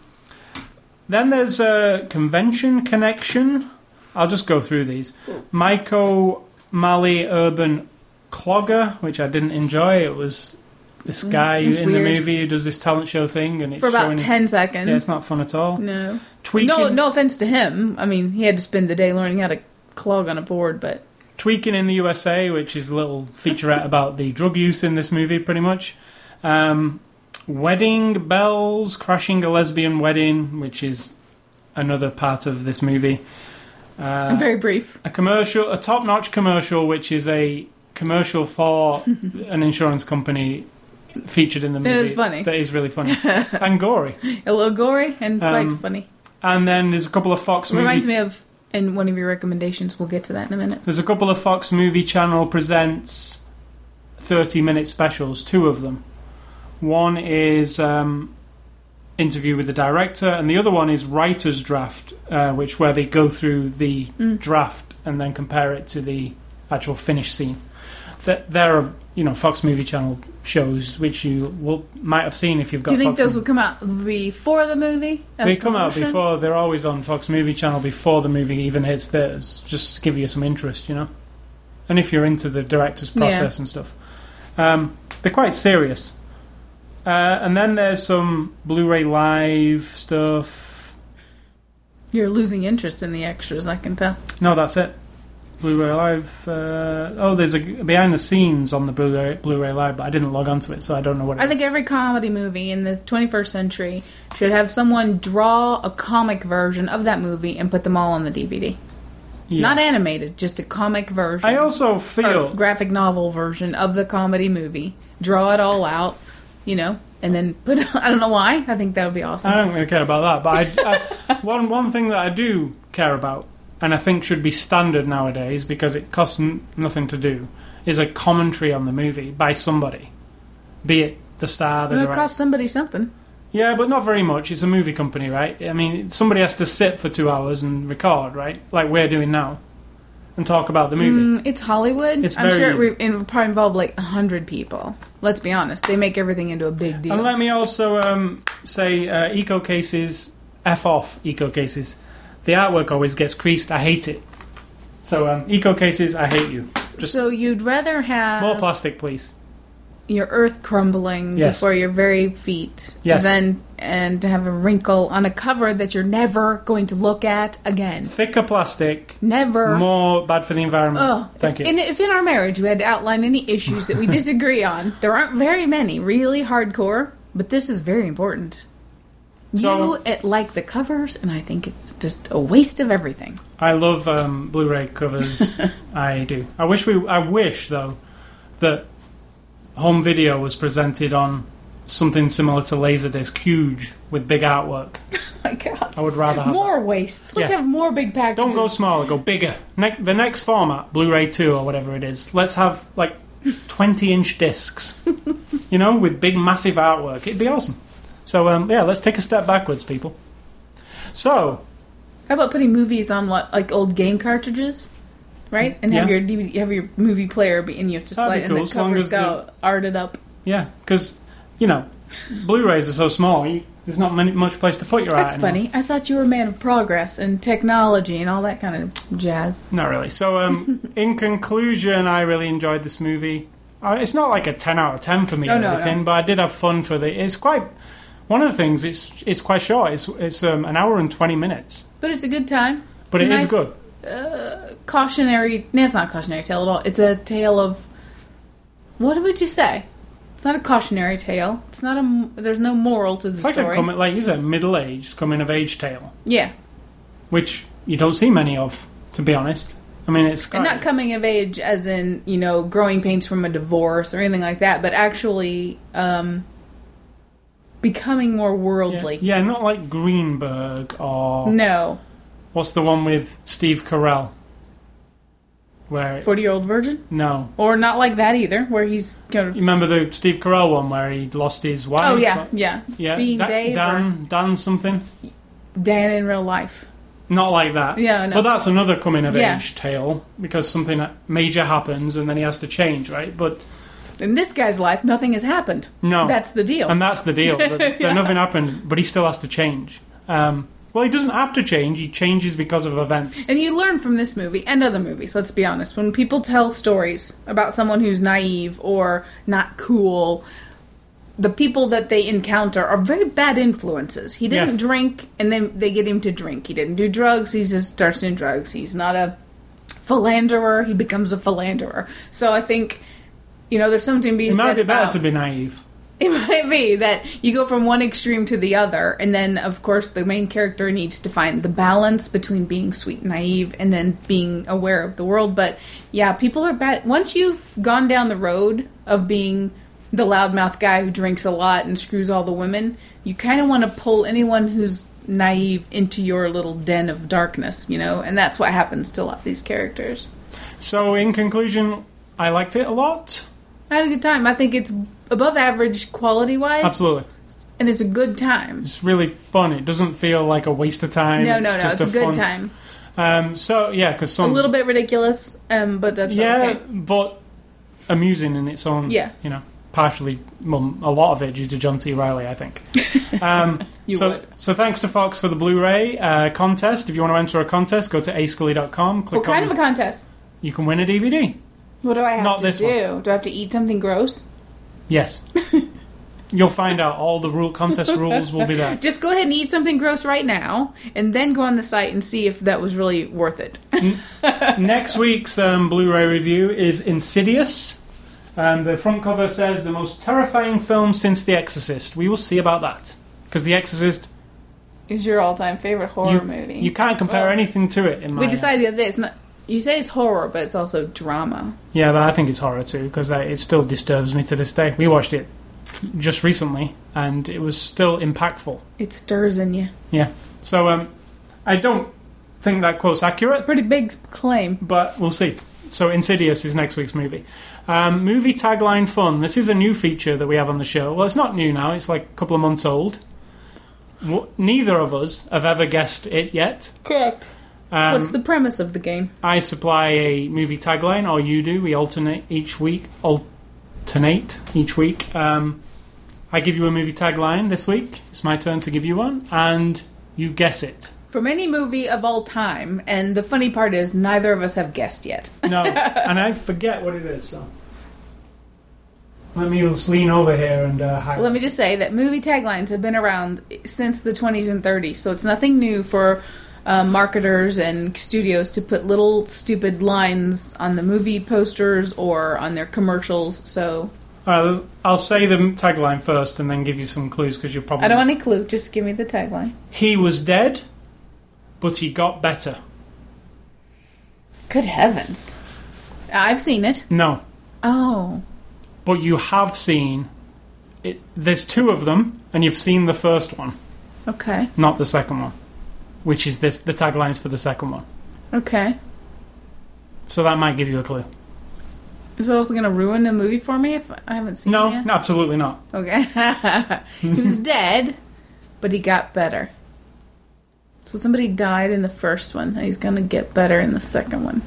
Speaker 1: then there's a convention connection. I'll just go through these. Myco Mali Urban Clogger, which I didn't enjoy. It was this guy
Speaker 2: it's
Speaker 1: in the
Speaker 2: Mm, weird.
Speaker 1: movie who does this talent show thing, and it's
Speaker 2: for about
Speaker 1: showing-
Speaker 2: ten seconds.
Speaker 1: Yeah, it's not fun at all.
Speaker 2: No.
Speaker 1: Tweaking,
Speaker 2: No, no offense to him. I mean, he had to spend the day learning how to clog on a board, but
Speaker 1: Tweaking in the USA, which is a little featurette about the drug use in this movie, pretty much. Um, wedding bells, crashing a lesbian wedding, which is another part of this movie. Uh,
Speaker 2: very brief.
Speaker 1: a commercial, a top-notch commercial, which is a commercial for an insurance company featured in the movie.
Speaker 2: It is funny.
Speaker 1: That is really funny and gory.
Speaker 2: A little gory and quite
Speaker 1: Um,
Speaker 2: funny.
Speaker 1: And then there's a couple of Fox movies.
Speaker 2: Reminds me of in one of your recommendations. We'll get to that in a minute.
Speaker 1: There's a couple of Fox Movie Channel presents 30 minute specials, two of them. One is um, interview with the director, and the other one is writer's draft, uh, which where they go through the
Speaker 2: Mm.
Speaker 1: draft and then compare it to the actual finished scene. That there are you know Fox Movie Channel shows which you will might have seen if you've got.
Speaker 2: Do you think
Speaker 1: Fox
Speaker 2: those
Speaker 1: Movie-
Speaker 2: would come out before the movie? as
Speaker 1: they come out
Speaker 2: promotion?
Speaker 1: before. They're always on Fox Movie Channel before the movie even hits theirs, just to give you some interest, you know. And if you're into the director's
Speaker 2: Yeah.
Speaker 1: process and stuff, um, they're quite serious. Uh, and then there's some Blu-ray live stuff.
Speaker 2: You're losing interest in the extras, I can tell.
Speaker 1: No, that's it. Blu-ray live. Uh, oh, there's a behind the scenes on the Blu-ray Blu-ray live, but I didn't log onto it, so I don't know what. It
Speaker 2: I think
Speaker 1: is.
Speaker 2: every comedy movie in this 21st century should have someone draw a comic version of that movie and put them all on the DVD.
Speaker 1: Yeah.
Speaker 2: Not Oh, animated, just a comic version.
Speaker 1: I also
Speaker 2: or
Speaker 1: feel
Speaker 2: graphic novel version of the comedy movie. Draw it all out, you know, and then put. I don't know why. I think that would be awesome.
Speaker 1: I don't really care about that, but I, I- one one thing that I do care about, and I think should be standard nowadays because it costs n- nothing to do, is a commentary on the movie by somebody, be it the star, the
Speaker 2: It would
Speaker 1: director.
Speaker 2: cost somebody something.
Speaker 1: Yeah, but not very much. It's a movie company, right? I mean, somebody has to sit for two hours and record, right? Like we're doing now, and talk about the movie.
Speaker 2: Mm, it's Hollywood.
Speaker 1: It's
Speaker 2: I'm
Speaker 1: very
Speaker 2: sure it, re- it would probably involve like a hundred people. Let's be honest. They make everything into a big deal.
Speaker 1: And let me also um, say, uh, eco cases, f off eco cases. The artwork always gets creased. I hate it. So um, eco cases, I hate you. Just
Speaker 2: so um, you'd rather have
Speaker 1: more plastic, please.
Speaker 2: your earth crumbling
Speaker 1: Yes.
Speaker 2: before your very feet
Speaker 1: Yes.
Speaker 2: than and to have a wrinkle on a cover that you're never going to look at again.
Speaker 1: Thicker plastic,
Speaker 2: Never.
Speaker 1: more bad for the environment.
Speaker 2: Oh,
Speaker 1: Thank
Speaker 2: if,
Speaker 1: you.
Speaker 2: In, if in our marriage we had to outline any issues that we disagree on, there aren't very many really hardcore, but this is very important.
Speaker 1: So-
Speaker 2: you it, like the covers, and I think it's just a waste of everything.
Speaker 1: I love um, Blu-ray covers. I do. I wish we. I wish though that home video was presented on something similar to Laserdisc, huge with big artwork.
Speaker 2: my God.
Speaker 1: I would rather have
Speaker 2: More waste. Let's
Speaker 1: Yes.
Speaker 2: have more big packages.
Speaker 1: Don't go smaller, go bigger. Ne- the next format, Blu-ray 2 or whatever it is, let's have like 20-inch discs, you know, with big, massive artwork. It'd be awesome. So, um, yeah, let's take a step backwards, people. So,
Speaker 2: How about putting movies on what like old game cartridges, right? And have
Speaker 1: Yeah.
Speaker 2: your DVD, have your movie player be and you have to
Speaker 1: That'd be
Speaker 2: slide and
Speaker 1: cool,
Speaker 2: the
Speaker 1: as long
Speaker 2: covers
Speaker 1: as
Speaker 2: got
Speaker 1: the-
Speaker 2: all arted up.
Speaker 1: yeah, because, you know, Blu-rays are so small, you, there's not many, much place to put your art
Speaker 2: That's
Speaker 1: anymore.
Speaker 2: funny. I thought you were a man of progress and technology and all that kind of jazz.
Speaker 1: Not really. So, um, in conclusion, I really enjoyed this movie. Uh, It's not like a ten out of ten for me
Speaker 2: Oh,
Speaker 1: or
Speaker 2: no, no.
Speaker 1: anything, but I did have fun for the. It's quite one of the things. It's it's quite short. It's it's um, an hour and twenty minutes,
Speaker 2: But it's a good time.
Speaker 1: but
Speaker 2: It's
Speaker 1: it's
Speaker 2: a nice-
Speaker 1: good.
Speaker 2: Cautionary. No, it's not a cautionary tale at all. It's a tale of. What would you say? It's not a cautionary tale. It's not a. There's no moral to the
Speaker 1: It's like
Speaker 2: story.
Speaker 1: a coming, like you said, middle aged coming of age tale,
Speaker 2: yeah,
Speaker 1: which you don't see many of, to be honest. I mean, it's quite,
Speaker 2: and not coming of age as in you know growing pains from a divorce or anything like that, but actually um, becoming more
Speaker 1: Yeah.
Speaker 2: worldly.
Speaker 1: yeah, not like Greenberg or
Speaker 2: No,
Speaker 1: what's the one with Steve Carell? Where
Speaker 2: forty-year-old virgin,
Speaker 1: no,
Speaker 2: or not like that either, where he's kind
Speaker 1: you
Speaker 2: of
Speaker 1: remember the Steve Carell one where he lost his wife?
Speaker 2: oh yeah, yeah,
Speaker 1: yeah,
Speaker 2: being
Speaker 1: Da-
Speaker 2: Dave or-
Speaker 1: Dan, Dan something.
Speaker 2: Dan in real life.
Speaker 1: Not like that.
Speaker 2: Yeah, no.
Speaker 1: But that's another coming of
Speaker 2: Yeah.
Speaker 1: age tale because something major happens and then he has to change, right? But
Speaker 2: In this guy's life, nothing has happened.
Speaker 1: no,
Speaker 2: That's the deal.
Speaker 1: and that's the deal. that, that
Speaker 2: Yeah.
Speaker 1: nothing happened, but he still has to change. Um, well, he doesn't have to change. He changes because of events.
Speaker 2: And you learn from this movie and other movies, let's be honest. When people tell stories about someone who's naive or not cool, the people that they encounter are very bad influences. He didn't
Speaker 1: Yes.
Speaker 2: drink, and then they get him to drink. He didn't do drugs, he just starts doing drugs. He's not a philanderer, he becomes a philanderer. So I think, you know, there's something to be
Speaker 1: It might
Speaker 2: said
Speaker 1: be better
Speaker 2: about-
Speaker 1: to be naive.
Speaker 2: it might be that you go from one extreme to the other, and then, of course, the main character needs to find the balance between being sweet and naive and then being aware of the world. But yeah, people are bad. Once you've gone down the road of being the loudmouth guy who drinks a lot and screws all the women, you kind of want to pull anyone who's naive into your little den of darkness, you know? And that's what happens to a lot of these characters.
Speaker 1: So, in conclusion, I liked it a lot.
Speaker 2: I had a good time. I think it's above average quality wise,
Speaker 1: Absolutely,
Speaker 2: and it's a good time.
Speaker 1: it's really fun. It doesn't feel like a waste of time.
Speaker 2: No, no,
Speaker 1: it's
Speaker 2: no.
Speaker 1: Just
Speaker 2: It's a
Speaker 1: fun-
Speaker 2: good time.
Speaker 1: Um, so yeah, because
Speaker 2: A
Speaker 1: some
Speaker 2: little bit ridiculous, um, but that's
Speaker 1: yeah,
Speaker 2: okay.
Speaker 1: but amusing in its own.
Speaker 2: Yeah.
Speaker 1: you know, partially well, a lot of it due to John C. Riley, I think. Um,
Speaker 2: You
Speaker 1: so,
Speaker 2: would.
Speaker 1: so thanks to Fox for the Blu-ray uh, contest. If you want to enter a contest, go to ascully.com. Click
Speaker 2: What kind
Speaker 1: on.
Speaker 2: of a contest?
Speaker 1: you can win a DVD.
Speaker 2: What do I have
Speaker 1: Not
Speaker 2: to
Speaker 1: this
Speaker 2: do? Do I have to eat something gross?
Speaker 1: Yes. You'll find out all the rule contest rules will be there.
Speaker 2: Just go ahead and eat something gross right now, and then go on the site and see if that was really worth it.
Speaker 1: Next week's um, Blu-ray review is Insidious. Um, the front cover says the most terrifying film since The Exorcist. We will see about that because The Exorcist
Speaker 2: It's your all-time favorite horror
Speaker 1: you,
Speaker 2: movie.
Speaker 1: You can't compare
Speaker 2: Well,
Speaker 1: anything to it in my.
Speaker 2: we decided the other day it's not. You say it's horror, but it's also drama.
Speaker 1: Yeah, but I think it's horror too because it still disturbs me to this day. We watched it just recently and it was still impactful.
Speaker 2: It stirs in you.
Speaker 1: So um, I don't think that quote's accurate,
Speaker 2: Pretty big claim.
Speaker 1: but we'll see. So Insidious is next week's movie. Um, movie tagline fun. This is a new feature that we have on the show. Well, it's not new now. It's like a couple of months old. W- Neither of us have ever guessed it yet.
Speaker 2: Correct.
Speaker 1: Um,
Speaker 2: What's the premise of the game?
Speaker 1: I supply a movie tagline, or you do. We alternate each week. Alternate each week. Um, I give you a movie tagline this week. It's my turn to give you one, and you guess it.
Speaker 2: From any movie of all time, and the funny part is neither of us have guessed yet.
Speaker 1: No, and I forget what it is. So let me just lean over here and uh, hide.
Speaker 2: Let me just say that movie taglines have been around since the 20s and 30s, so it's nothing new for uh, marketers and studios to put little stupid lines on the movie posters or on their commercials. So
Speaker 1: All right, I'll say the tagline first, and then give you some clues because you're probably.
Speaker 2: I don't want any clue, just give me the tagline.
Speaker 1: He was dead, but he got better.
Speaker 2: Good heavens. I've seen it.
Speaker 1: No,
Speaker 2: Oh.
Speaker 1: but you have seen. It, there's two of them, and you've seen the first one.
Speaker 2: Okay.
Speaker 1: not the second one, which is this the taglines for the second one.
Speaker 2: Okay.
Speaker 1: So that might give you a clue.
Speaker 2: Is that also going to ruin the movie for me if I haven't seen
Speaker 1: No,
Speaker 2: it yet?
Speaker 1: no, absolutely not.
Speaker 2: Okay. he was dead, but he got better. So somebody died in the first one. He's gonna get better in the second one.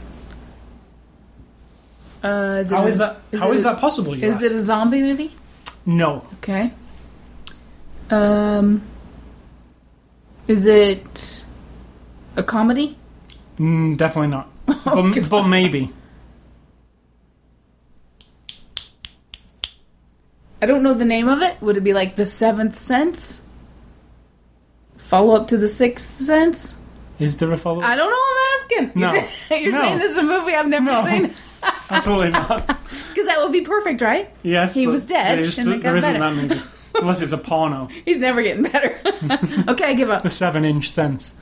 Speaker 2: Uh, is it
Speaker 1: How
Speaker 2: a-
Speaker 1: is that?
Speaker 2: is
Speaker 1: how
Speaker 2: it
Speaker 1: is
Speaker 2: a-
Speaker 1: that possible? You
Speaker 2: Is it
Speaker 1: ask?
Speaker 2: a zombie movie?
Speaker 1: no?
Speaker 2: Okay. Um, is it a comedy?
Speaker 1: Mm, definitely not. but, but maybe.
Speaker 2: I don't know the name of it. Would it be like The Seventh Sense? Follow up to The Sixth Sense?
Speaker 1: Is there a follow?
Speaker 2: I
Speaker 1: up
Speaker 2: don't know. I'm asking.
Speaker 1: No.
Speaker 2: You're
Speaker 1: No.
Speaker 2: saying this is a movie I've never
Speaker 1: No.
Speaker 2: seen
Speaker 1: Absolutely not.
Speaker 2: because that would be perfect, right?
Speaker 1: Yes,
Speaker 2: He
Speaker 1: but
Speaker 2: was dead,
Speaker 1: there is-
Speaker 2: and they got
Speaker 1: there isn't
Speaker 2: better.
Speaker 1: that movie unless it's a porno.
Speaker 2: He's never getting better. okay, I give up.
Speaker 1: The seven-inch sense.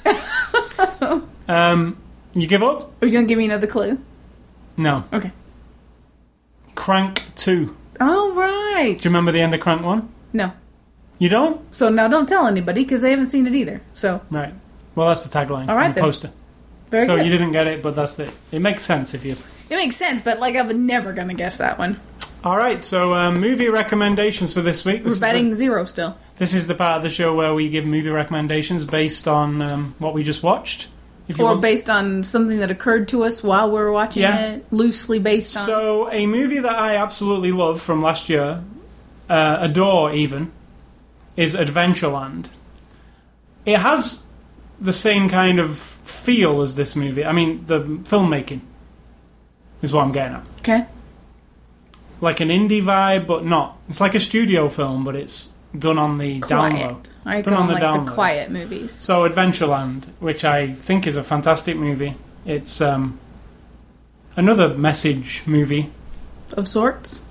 Speaker 1: um, you give up?
Speaker 2: Are you gonna give me another clue?
Speaker 1: No.
Speaker 2: Okay.
Speaker 1: Crank two.
Speaker 2: All right.
Speaker 1: Do you remember the end of Crank one?
Speaker 2: No.
Speaker 1: You don't?
Speaker 2: So now don't tell anybody because they haven't seen it either. So
Speaker 1: Right. Well, that's the tagline.
Speaker 2: All right,
Speaker 1: on the
Speaker 2: then.
Speaker 1: poster.
Speaker 2: very
Speaker 1: so
Speaker 2: good.
Speaker 1: you didn't get it, but that's it. It makes sense if you.
Speaker 2: It makes sense, but like I'm never gonna guess that one.
Speaker 1: All right. So um, movie recommendations for this week. This
Speaker 2: We're
Speaker 1: is
Speaker 2: betting
Speaker 1: the-
Speaker 2: zero still.
Speaker 1: This is the part of the show where we give movie recommendations based on um, what we just watched. If
Speaker 2: Or
Speaker 1: want.
Speaker 2: based on something that occurred to us while we were watching
Speaker 1: Yeah.
Speaker 2: it. Loosely based on
Speaker 1: So, a movie that I absolutely love from last year, uh, adore even, is Adventureland. It has the same kind of feel as this movie. I mean, the filmmaking is what I'm getting at.
Speaker 2: Okay.
Speaker 1: Like an indie vibe, but not. It's like a studio film, but it's done on the down low.
Speaker 2: Quiet. I
Speaker 1: Put it
Speaker 2: call
Speaker 1: on
Speaker 2: them
Speaker 1: the
Speaker 2: like
Speaker 1: down
Speaker 2: the
Speaker 1: low.
Speaker 2: quiet movies.
Speaker 1: So Adventureland, which I think is a fantastic movie. It's um, another message movie.
Speaker 2: Of sorts.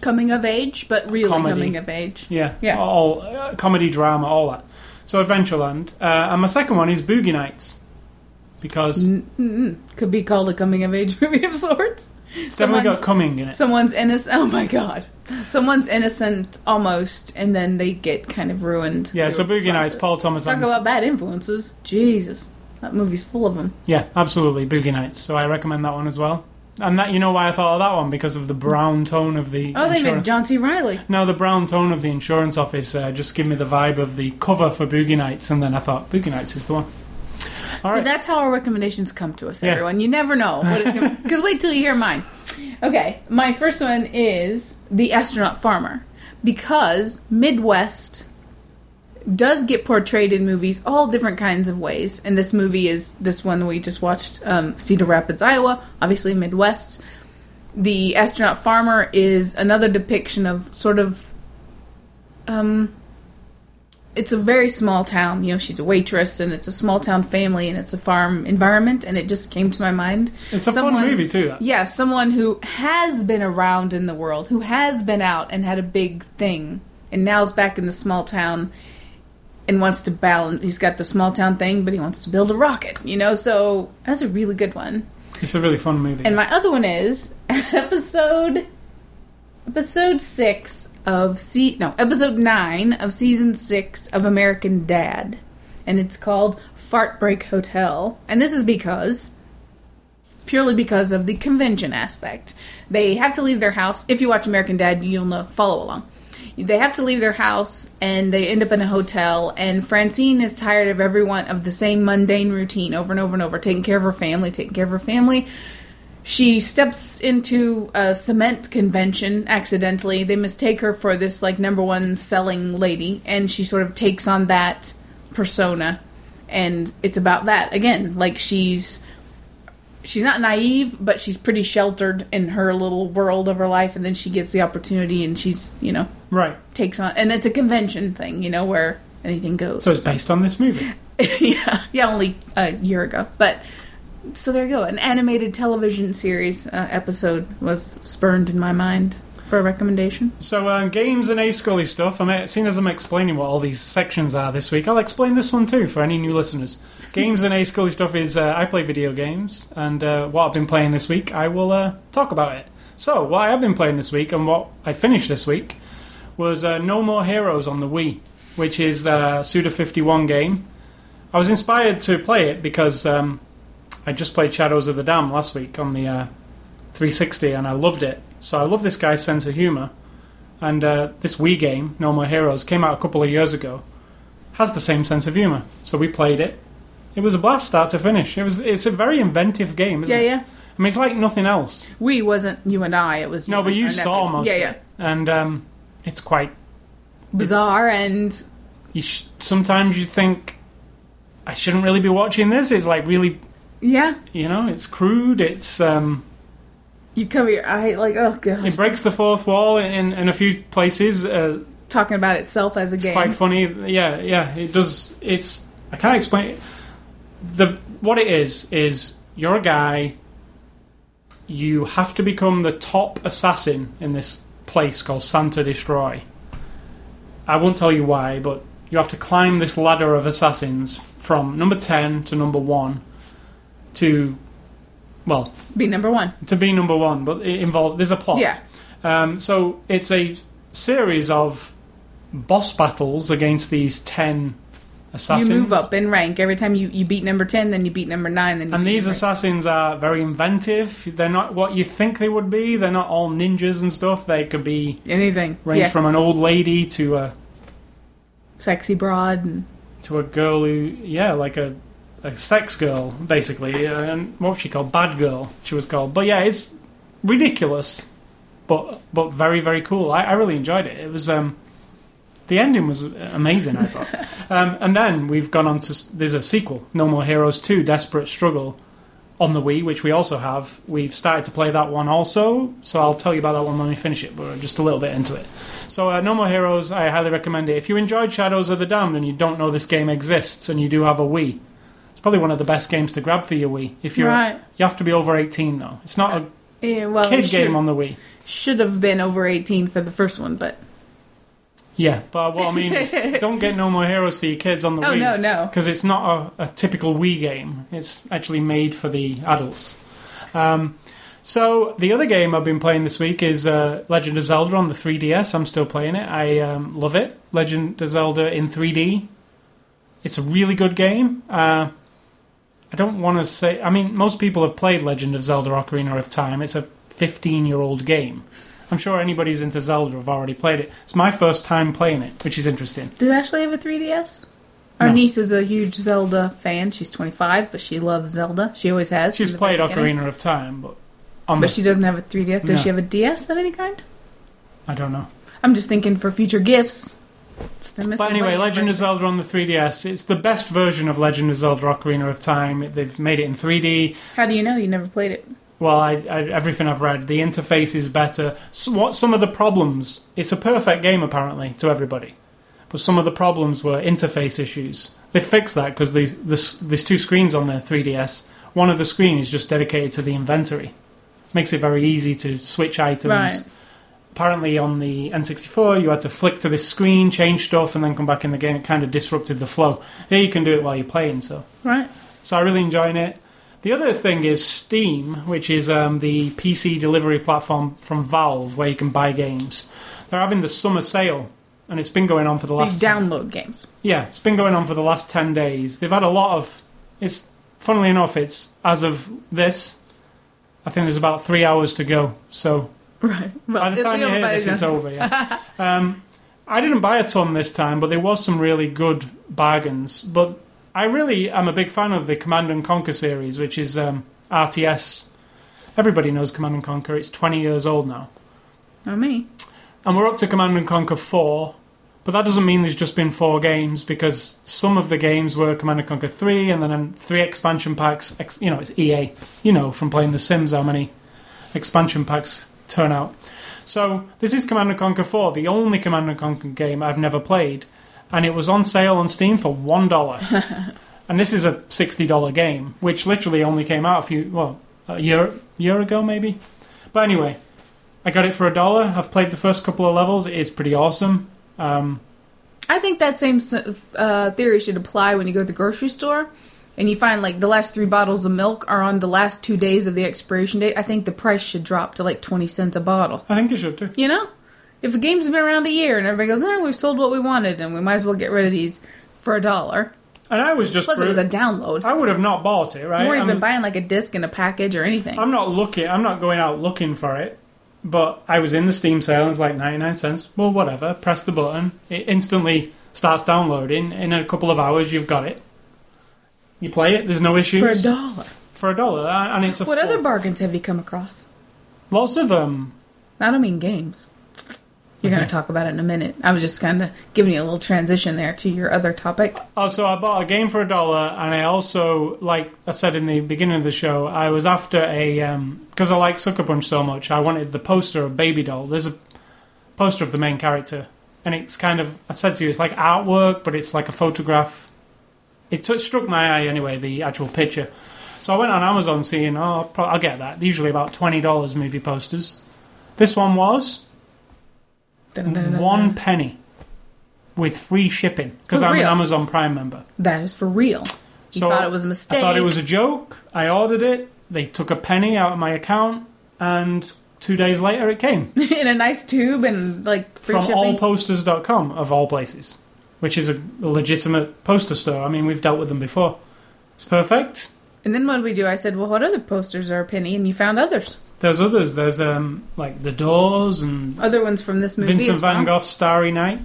Speaker 2: Coming of age, but really
Speaker 1: Mm-hmm. Comedy.
Speaker 2: coming of age.
Speaker 1: Yeah,
Speaker 2: Yeah.
Speaker 1: All uh, comedy, drama, all that. So Adventureland, uh, and my second one is Boogie Nights, because
Speaker 2: N- n- n- Mm-hmm. Could be called a coming of age movie of sorts.
Speaker 1: it's definitely got coming in it.
Speaker 2: someone's innocent. Oh my god, someone's innocent almost, and then they get kind of ruined.
Speaker 1: yeah, so
Speaker 2: through
Speaker 1: Boogie Nights,
Speaker 2: process.
Speaker 1: Paul Thomas
Speaker 2: Talk
Speaker 1: Anderson.
Speaker 2: about bad influences. Jesus, that movie's full of them.
Speaker 1: yeah, absolutely, Boogie Nights. So I recommend that one as well. And that you know why I thought of that one because of the brown tone of the.
Speaker 2: Oh, they
Speaker 1: insurance-
Speaker 2: made John C. Riley.
Speaker 1: Now, the brown tone of the insurance office uh, just gave me the vibe of the cover for Boogie Nights, and then I thought, Boogie Nights is the one. All
Speaker 2: See,
Speaker 1: right.
Speaker 2: that's how our recommendations come to us,
Speaker 1: Yeah.
Speaker 2: everyone. You never know what it's going to Because wait till you hear mine. Okay, my first one is The Astronaut Farmer. Because Midwest does get portrayed in movies all different kinds of ways. And this movie is this one we just watched um, Cedar Rapids, Iowa, obviously Midwest. The Astronaut Farmer is another depiction of sort of. Um, it's a very small town. You know, she's a waitress, and it's a small town family, and it's a farm environment, and it just came to my mind.
Speaker 1: It's a
Speaker 2: Someone-
Speaker 1: fun movie, too. That.
Speaker 2: Yeah, someone who has been around in the world, who has been out and had a big thing, and now's back in the small town and wants to balance. He's got the small town thing, but he wants to build a rocket, you know? So that's a really good one.
Speaker 1: It's a really fun movie.
Speaker 2: And my other one is episode episode six of se no episode nine of season six of American Dad, and it's called Fart Break Hotel. And this is because purely because of the convention aspect. They have to leave their house. If you watch American Dad, you'll know follow along. They have to leave their house and they end up in a hotel and Francine is tired of everyone of the same mundane routine over and over and over, taking care of her family, taking care of her family. She steps into a cement convention accidentally. They mistake her for this like number one selling lady and she sort of takes on that persona. And it's about that again. Like she's she's not naive, but she's pretty sheltered in her little world of her life, and then she gets the opportunity, and she's you know
Speaker 1: right.
Speaker 2: takes on, and it's a convention thing, you know, where anything goes.
Speaker 1: So it's based on this movie.
Speaker 2: yeah, yeah, only a year ago, but so there you go. An animated television series uh, episode was spurned in my mind for a recommendation.
Speaker 1: So um, games and A Scully stuff. I mean, seeing as I'm explaining what all these sections are this week, I'll explain this one too for any new listeners. Games and A Scully stuff is uh, I play video games, and uh, what I've been playing this week, I will uh, talk about it. So what I have been playing this week and what I finished this week was uh, No More Heroes on the Wii, which is a Suda51 game. I was inspired to play it because um, I just played Shadows of the Dam last week on the uh, 360 and I loved it. So I love this guy's sense of humour. And uh, this Wii game, No More Heroes, came out a couple of years ago. Has the same sense of humour. So we played it. It was a blast, start to finish. It was. It's a very inventive game, isn't
Speaker 2: Yeah,
Speaker 1: it?
Speaker 2: yeah.
Speaker 1: I mean, it's like nothing else.
Speaker 2: We wasn't you and I. It was
Speaker 1: No, but you
Speaker 2: and
Speaker 1: saw
Speaker 2: that-
Speaker 1: most.
Speaker 2: Yeah,
Speaker 1: of
Speaker 2: yeah.
Speaker 1: It. And um, it's quite
Speaker 2: Bizarre and
Speaker 1: you sh- sometimes you think I shouldn't really be watching this. It's like really,
Speaker 2: yeah.
Speaker 1: you know, it's crude. It's um,
Speaker 2: You cover your eye like oh god.
Speaker 1: it breaks the fourth wall in, in a few places. Uh,
Speaker 2: Talking about itself as a
Speaker 1: it's
Speaker 2: game.
Speaker 1: quite funny. Yeah, yeah, it does. It's I can't explain it. the what it is is you're a guy. You have to become the top assassin in this place called Santa Destroy. I won't tell you why, but you have to climb this ladder of assassins from number ten to number one to well
Speaker 2: Be number one.
Speaker 1: to be number Oh. one. But it involves there's Um, a plot.
Speaker 2: Yeah.
Speaker 1: Um, so it's a series of boss battles against these ten assassins.
Speaker 2: You move up in rank every time you, you beat number ten, then you beat number nine, then you
Speaker 1: And
Speaker 2: beat
Speaker 1: these
Speaker 2: number
Speaker 1: assassins are very inventive. They're not what you think they would be. They're not all ninjas and stuff. They could be
Speaker 2: anything
Speaker 1: range
Speaker 2: yeah.
Speaker 1: from an old lady to a
Speaker 2: sexy broad and
Speaker 1: to a girl who, yeah, like a, a sex girl basically, uh, and what was she called? Bad girl. She was called. But yeah, it's ridiculous, but but very very cool. I, I really enjoyed it. It was um, the ending was amazing. I thought. um, and then we've gone on to s- there's a sequel, No More Heroes Two: Desperate Struggle. On the Wii, which we also have, we've started to play that one also. So I'll tell you about that one when we finish it. But we're just a little bit into it. So, uh, No More Heroes, I highly recommend it. If you enjoyed Shadows of the Damned and you don't know this game exists and you do have a Wii, it's probably one of the best games to grab for your Wii. If you're,
Speaker 2: right.
Speaker 1: You have to be over 18, though. It's not a
Speaker 2: Yeah, well,
Speaker 1: kid
Speaker 2: it should,
Speaker 1: game on the Wii.
Speaker 2: should have been over eighteen for the first one, but
Speaker 1: Yeah, but what I mean is don't get No More Heroes for your kids on the
Speaker 2: oh
Speaker 1: Wii.
Speaker 2: no, no,
Speaker 1: because it's not a, a typical Wii game. It's actually made for the adults. Um, so the other game I've been playing this week is uh, Legend of Zelda on the 3DS. I'm still playing it. I um, love it. Legend of Zelda in 3D. It's a really good game. Uh, I don't want to say. I mean, most people have played Legend of Zelda: Ocarina of Time. It's a 15-year-old game. I'm sure anybody who's into Zelda have already played it. It's my first time playing it, which is interesting.
Speaker 2: Does Ashley have a 3DS? Our
Speaker 1: No.
Speaker 2: niece is a huge Zelda fan. She's 25, but she loves Zelda. She always has.
Speaker 1: She's
Speaker 2: from the very
Speaker 1: played
Speaker 2: beginning.
Speaker 1: Ocarina of Time, but on the
Speaker 2: But she doesn't have a 3DS. Does
Speaker 1: No.
Speaker 2: she have a DS of any kind?
Speaker 1: I don't know.
Speaker 2: I'm just thinking for future gifts. Just a
Speaker 1: But anyway,
Speaker 2: miscellaneous
Speaker 1: Legend of
Speaker 2: person.
Speaker 1: Zelda on the 3DS. It's the best version of Legend of Zelda Ocarina of Time. They've made it in 3D.
Speaker 2: How do you know? You never played it.
Speaker 1: Well, I, I, everything I've read, the interface is better. So what some of the problems? It's a perfect game apparently to everybody, but some of the problems were interface issues. They fixed that because there's there's two screens on the 3DS. One of the screen is just dedicated to the inventory, makes it very easy to switch items.
Speaker 2: Right.
Speaker 1: Apparently, on the N64, you had to flick to this screen, change stuff, and then come back in the game. It kind of disrupted the flow. Here, you can do it while you're playing, so
Speaker 2: Right.
Speaker 1: so I'm really enjoying it. The other thing is Steam, which is um, the PC delivery platform from Valve where you can buy games. They're having the summer sale, and it's been going on for the
Speaker 2: You
Speaker 1: last
Speaker 2: download games.
Speaker 1: yeah, it's been going on for the last ten days. They've had a lot of it's funnily enough, it's as of this. I think there's about three hours to go, so
Speaker 2: Right. Well,
Speaker 1: by the
Speaker 2: it's
Speaker 1: time you hear
Speaker 2: everybody's
Speaker 1: this, it's
Speaker 2: gonna-
Speaker 1: over. Yeah. um, I didn't buy a ton this time, but there was some really good bargains. But I really am a big fan of the Command and Conquer series, which is um, RTS. Everybody knows Command and Conquer. It's 20 years old now,
Speaker 2: Not me.
Speaker 1: and we're up to Command and Conquer Four. But that doesn't mean there's just been four games because some of the games were Command and Conquer Three, and then um, three expansion packs. Ex- you know, it's EA. You know from playing The Sims how many expansion packs turn out. So this is Command and Conquer 4, the only Command and Conquer game I've never played, and it was on sale on Steam for one dollar. and this is a sixty dollar game, which literally only came out a few well a year year ago maybe. But anyway, I got it for a dollar. I've played the first couple of levels. It is pretty awesome. Um,
Speaker 2: I think that same s- uh, theory should apply when you go to the grocery store and you find like the last three bottles of milk are on the last two days of the expiration date. I think the price should drop to like 20 cents a bottle.
Speaker 1: I think it should do.
Speaker 2: You know? If the game's been around a year and everybody goes, eh, we've sold what we wanted and we might as well get rid of these for a dollar.
Speaker 1: And I was just
Speaker 2: Plus, it was a download.
Speaker 1: I would have not bought it, right?
Speaker 2: You weren't
Speaker 1: I
Speaker 2: even
Speaker 1: mean-
Speaker 2: buying like a disc in a package or anything.
Speaker 1: I'm not looking. I'm not going out looking for it. But I was in the Steam sale and it's like 99 cents. Well, whatever. Press the button. It instantly starts downloading. In a couple of hours, you've got it. You play it. There's no issues
Speaker 2: for a dollar.
Speaker 1: For a dollar, and it's a
Speaker 2: What
Speaker 1: full-
Speaker 2: other bargains have you come across?
Speaker 1: lots of um.
Speaker 2: I don't mean games. You're going
Speaker 1: Okay.
Speaker 2: to talk about it in a minute. I was just kind of giving you a little transition there to your other topic.
Speaker 1: Oh, so I bought a game for a dollar, and I also, like I said in the beginning of the show, I was after a because I like Sucker Punch so much. I wanted the poster of Baby Doll. There's a poster of the main character, and it's kind of I said to you, it's like artwork, but it's like a photograph. It t- struck my eye anyway, the actual picture. So I went on Amazon, seeing oh, I'll, pro- I'll get that. Usually about twenty dollars movie posters. This one was
Speaker 2: Dun, dun, dun, dun.
Speaker 1: one penny with free shipping because
Speaker 2: For
Speaker 1: I'm
Speaker 2: real?
Speaker 1: an Amazon Prime member.
Speaker 2: That is for real. You
Speaker 1: So,
Speaker 2: thought it was a mistake.
Speaker 1: I thought it was a joke. I ordered it. They took a penny out of my account, and Two days later, it came
Speaker 2: in a nice tube and like free
Speaker 1: from
Speaker 2: shipping.
Speaker 1: allposters.com, of all places, which is a legitimate poster store. I mean, we've dealt with them before. It's perfect.
Speaker 2: and then what did we do? I said, well, what other posters are a penny? And you found others,
Speaker 1: There's others. There's um like The Doors and
Speaker 2: other ones from this movie.
Speaker 1: Vincent
Speaker 2: as well.
Speaker 1: Van Gogh's Starry Night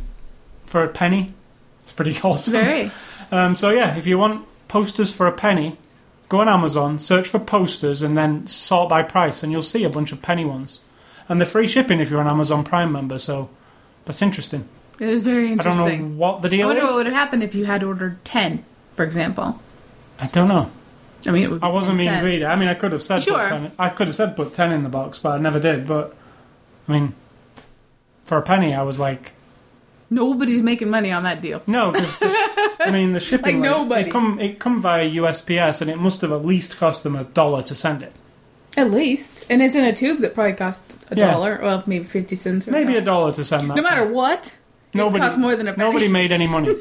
Speaker 1: for a penny. It's pretty awesome.
Speaker 2: Very.
Speaker 1: Um, so yeah, if you want posters for a penny, go on Amazon, search for posters, and then sort by price, and you'll see a bunch of penny ones. And they're free shipping if you're an Amazon Prime member, so that's interesting.
Speaker 2: It is very
Speaker 1: I don't
Speaker 2: interesting.
Speaker 1: know what the
Speaker 2: I
Speaker 1: deal
Speaker 2: wonder what
Speaker 1: is.
Speaker 2: would have happened if you had ordered ten, for example.
Speaker 1: I don't know.
Speaker 2: I mean, it would. Be
Speaker 1: I wasn't
Speaker 2: 10
Speaker 1: being
Speaker 2: cents.
Speaker 1: greedy. I mean, I could have said
Speaker 2: Sure.
Speaker 1: put 10, I could have said put ten in the box, but I never did. But I mean, for a penny, I was like,
Speaker 2: Nobody's making money on that deal.
Speaker 1: no, because I mean the shipping.
Speaker 2: Like
Speaker 1: rate,
Speaker 2: nobody.
Speaker 1: It come it come via USPS, and it must have at least cost them a dollar to send it.
Speaker 2: At least, and it's in a tube that probably cost a
Speaker 1: Yeah.
Speaker 2: dollar. Well, maybe fifty cents. Or
Speaker 1: Maybe
Speaker 2: a
Speaker 1: a dollar to send that. to
Speaker 2: no matter what,
Speaker 1: Nobody-
Speaker 2: it costs more than a penny.
Speaker 1: Nobody made any money.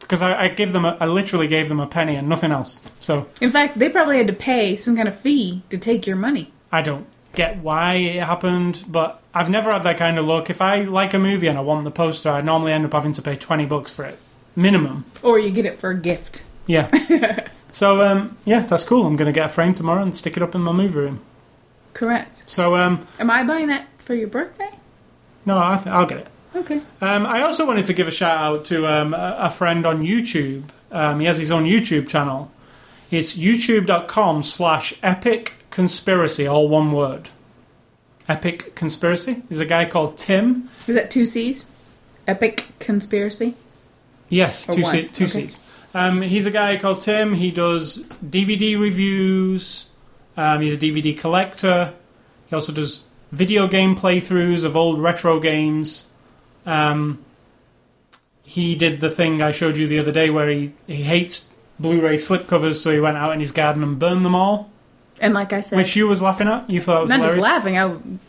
Speaker 1: Because I, I give them, a, I literally gave them a penny and nothing else. So
Speaker 2: In fact, they probably had to pay some kind of fee to take your money.
Speaker 1: I don't get why it happened, but I've never had that kind of luck. If I like a movie and I want the poster, I normally end up having to pay twenty bucks for it, minimum.
Speaker 2: Or you get it for a gift.
Speaker 1: Yeah. so um, yeah, that's cool. I'm gonna get a frame tomorrow and stick it up in my movie room.
Speaker 2: Correct.
Speaker 1: So um,
Speaker 2: Am I buying that for your birthday?
Speaker 1: no, I th- I'll get it.
Speaker 2: Okay.
Speaker 1: Um, I also wanted to give a shout out to um, a a friend on YouTube. Um, he has his own YouTube channel. It's youtube.com slash epic conspiracy, all one word. Epic conspiracy. There's a guy called Tim.
Speaker 2: Is that two C's? Epic conspiracy.
Speaker 1: Yes,
Speaker 2: Or
Speaker 1: two,
Speaker 2: one.
Speaker 1: se- two
Speaker 2: Okay.
Speaker 1: seats. Um, he's a guy called Tim. He does DVD reviews. Um, he's a DVD collector. He also does video game playthroughs of old retro games. Um, he did the thing I showed you the other day where he, he hates Blu-ray slipcovers, so he went out in his garden and burned them all,
Speaker 2: And like I said,
Speaker 1: which you was laughing at. You thought it was
Speaker 2: not just
Speaker 1: hilarious.
Speaker 2: laughing.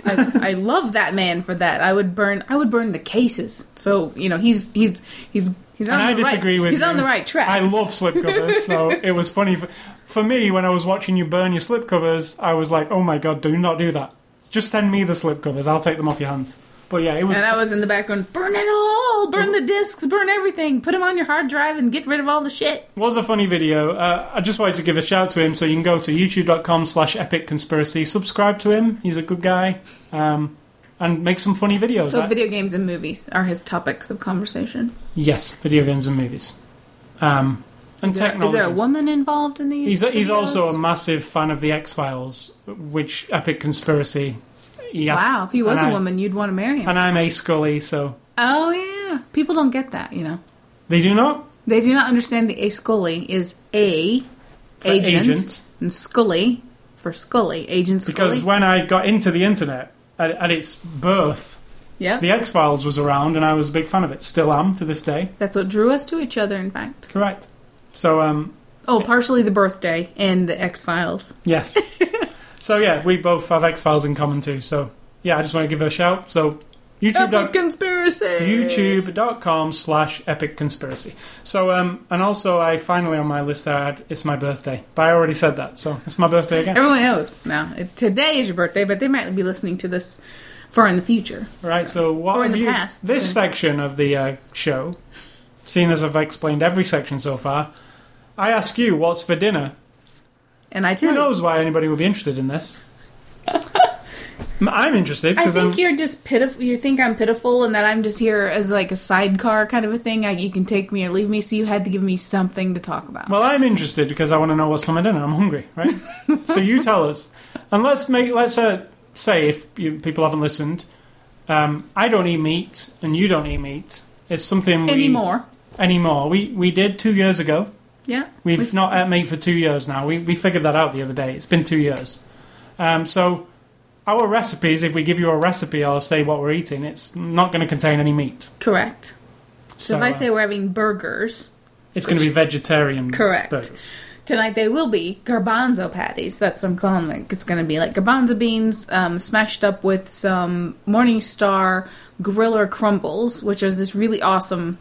Speaker 2: I, I, I love that man for that. I would burn. I would burn the cases. So you know he's he's he's he's on
Speaker 1: And I
Speaker 2: the
Speaker 1: disagree
Speaker 2: right.
Speaker 1: with
Speaker 2: he's on
Speaker 1: you.
Speaker 2: the right track.
Speaker 1: I love slipcovers, so it was funny for, for me when I was watching you burn your slipcovers. I was like, "Oh my god, do not do that! Just send me the slipcovers. I'll take them off your hands." But yeah, it was.
Speaker 2: and I was in the background. Burn it all. Burn the discs. Burn everything. Put them on your hard drive and get rid of all the shit.
Speaker 1: was a funny video. Uh, I just wanted to give a shout to him, so you can go to youtube.com slash epic conspiracy, subscribe to him, he's a good guy, um, and make some funny videos.
Speaker 2: So
Speaker 1: I-
Speaker 2: video games and movies are his topics of conversation.
Speaker 1: yes, video games and movies. Um, and
Speaker 2: Is there, is there a
Speaker 1: technologies.
Speaker 2: woman involved in these?
Speaker 1: He's, he's
Speaker 2: videos?
Speaker 1: also a massive fan of the X Files, which Epic Conspiracy. He asked-
Speaker 2: wow. If he was
Speaker 1: and
Speaker 2: a
Speaker 1: I-
Speaker 2: woman, you'd want to marry him.
Speaker 1: And I'm a Scully, so
Speaker 2: oh yeah. People don't get that. You know,
Speaker 1: they do not.
Speaker 2: they do not understand the a Scully is a agent,
Speaker 1: agent.
Speaker 2: and Scully for Scully agent Scully.
Speaker 1: Because when I got into the internet at, at its birth,
Speaker 2: yeah,
Speaker 1: the X Files was around, and I was a big fan of it. Still am to this day.
Speaker 2: that's what drew us to each other. In fact,
Speaker 1: Correct. So um,
Speaker 2: oh, partially the birthday and the X Files.
Speaker 1: yes. so yeah, we both have X Files in common too. So yeah, I just want to give her a shout. So YouTube.
Speaker 2: Epic conspiracy.
Speaker 1: youtube.com slash epic conspiracy so um and also i finally on my list there I had, it's my birthday but i already said that so it's my birthday again
Speaker 2: Everyone knows now. Today is your birthday, but they might be listening to this far in the future.
Speaker 1: right so what
Speaker 2: Or in
Speaker 1: have
Speaker 2: the
Speaker 1: you
Speaker 2: past,
Speaker 1: this
Speaker 2: okay.
Speaker 1: section of the uh, show seeing as i've explained every section so far i ask you what's for dinner
Speaker 2: And I
Speaker 1: who
Speaker 2: tell you,
Speaker 1: knows why anybody would be interested in this i'm interested
Speaker 2: I
Speaker 1: because
Speaker 2: think
Speaker 1: i'm
Speaker 2: you're just pitiful. You think I'm pitiful, and that I'm just here as like a sidecar kind of a thing. I, you can take me or leave me. So you had to give me something to talk about.
Speaker 1: well, I'm interested because I want to know what's for my dinner. I'm hungry, right? so you tell us, and let's make let's uh, say if you, people haven't listened, um, I don't eat meat and you don't eat meat. It's something we,
Speaker 2: Anymore,
Speaker 1: Anymore, we we did two years ago.
Speaker 2: yeah.
Speaker 1: We've,
Speaker 2: We've-
Speaker 1: not had meat for two years now. We we figured that out the other day. It's been two years. Um, so our recipes, if we give you a recipe or say what we're eating, it's not going to contain any meat.
Speaker 2: correct. So, if I
Speaker 1: uh,
Speaker 2: say we're having burgers
Speaker 1: it's going to be vegetarian,
Speaker 2: Correct.
Speaker 1: burgers.
Speaker 2: tonight, they will be garbanzo patties. That's what I'm calling them. It's going to be like garbanzo beans um, smashed up with some Morningstar griller crumbles, which is this really awesome.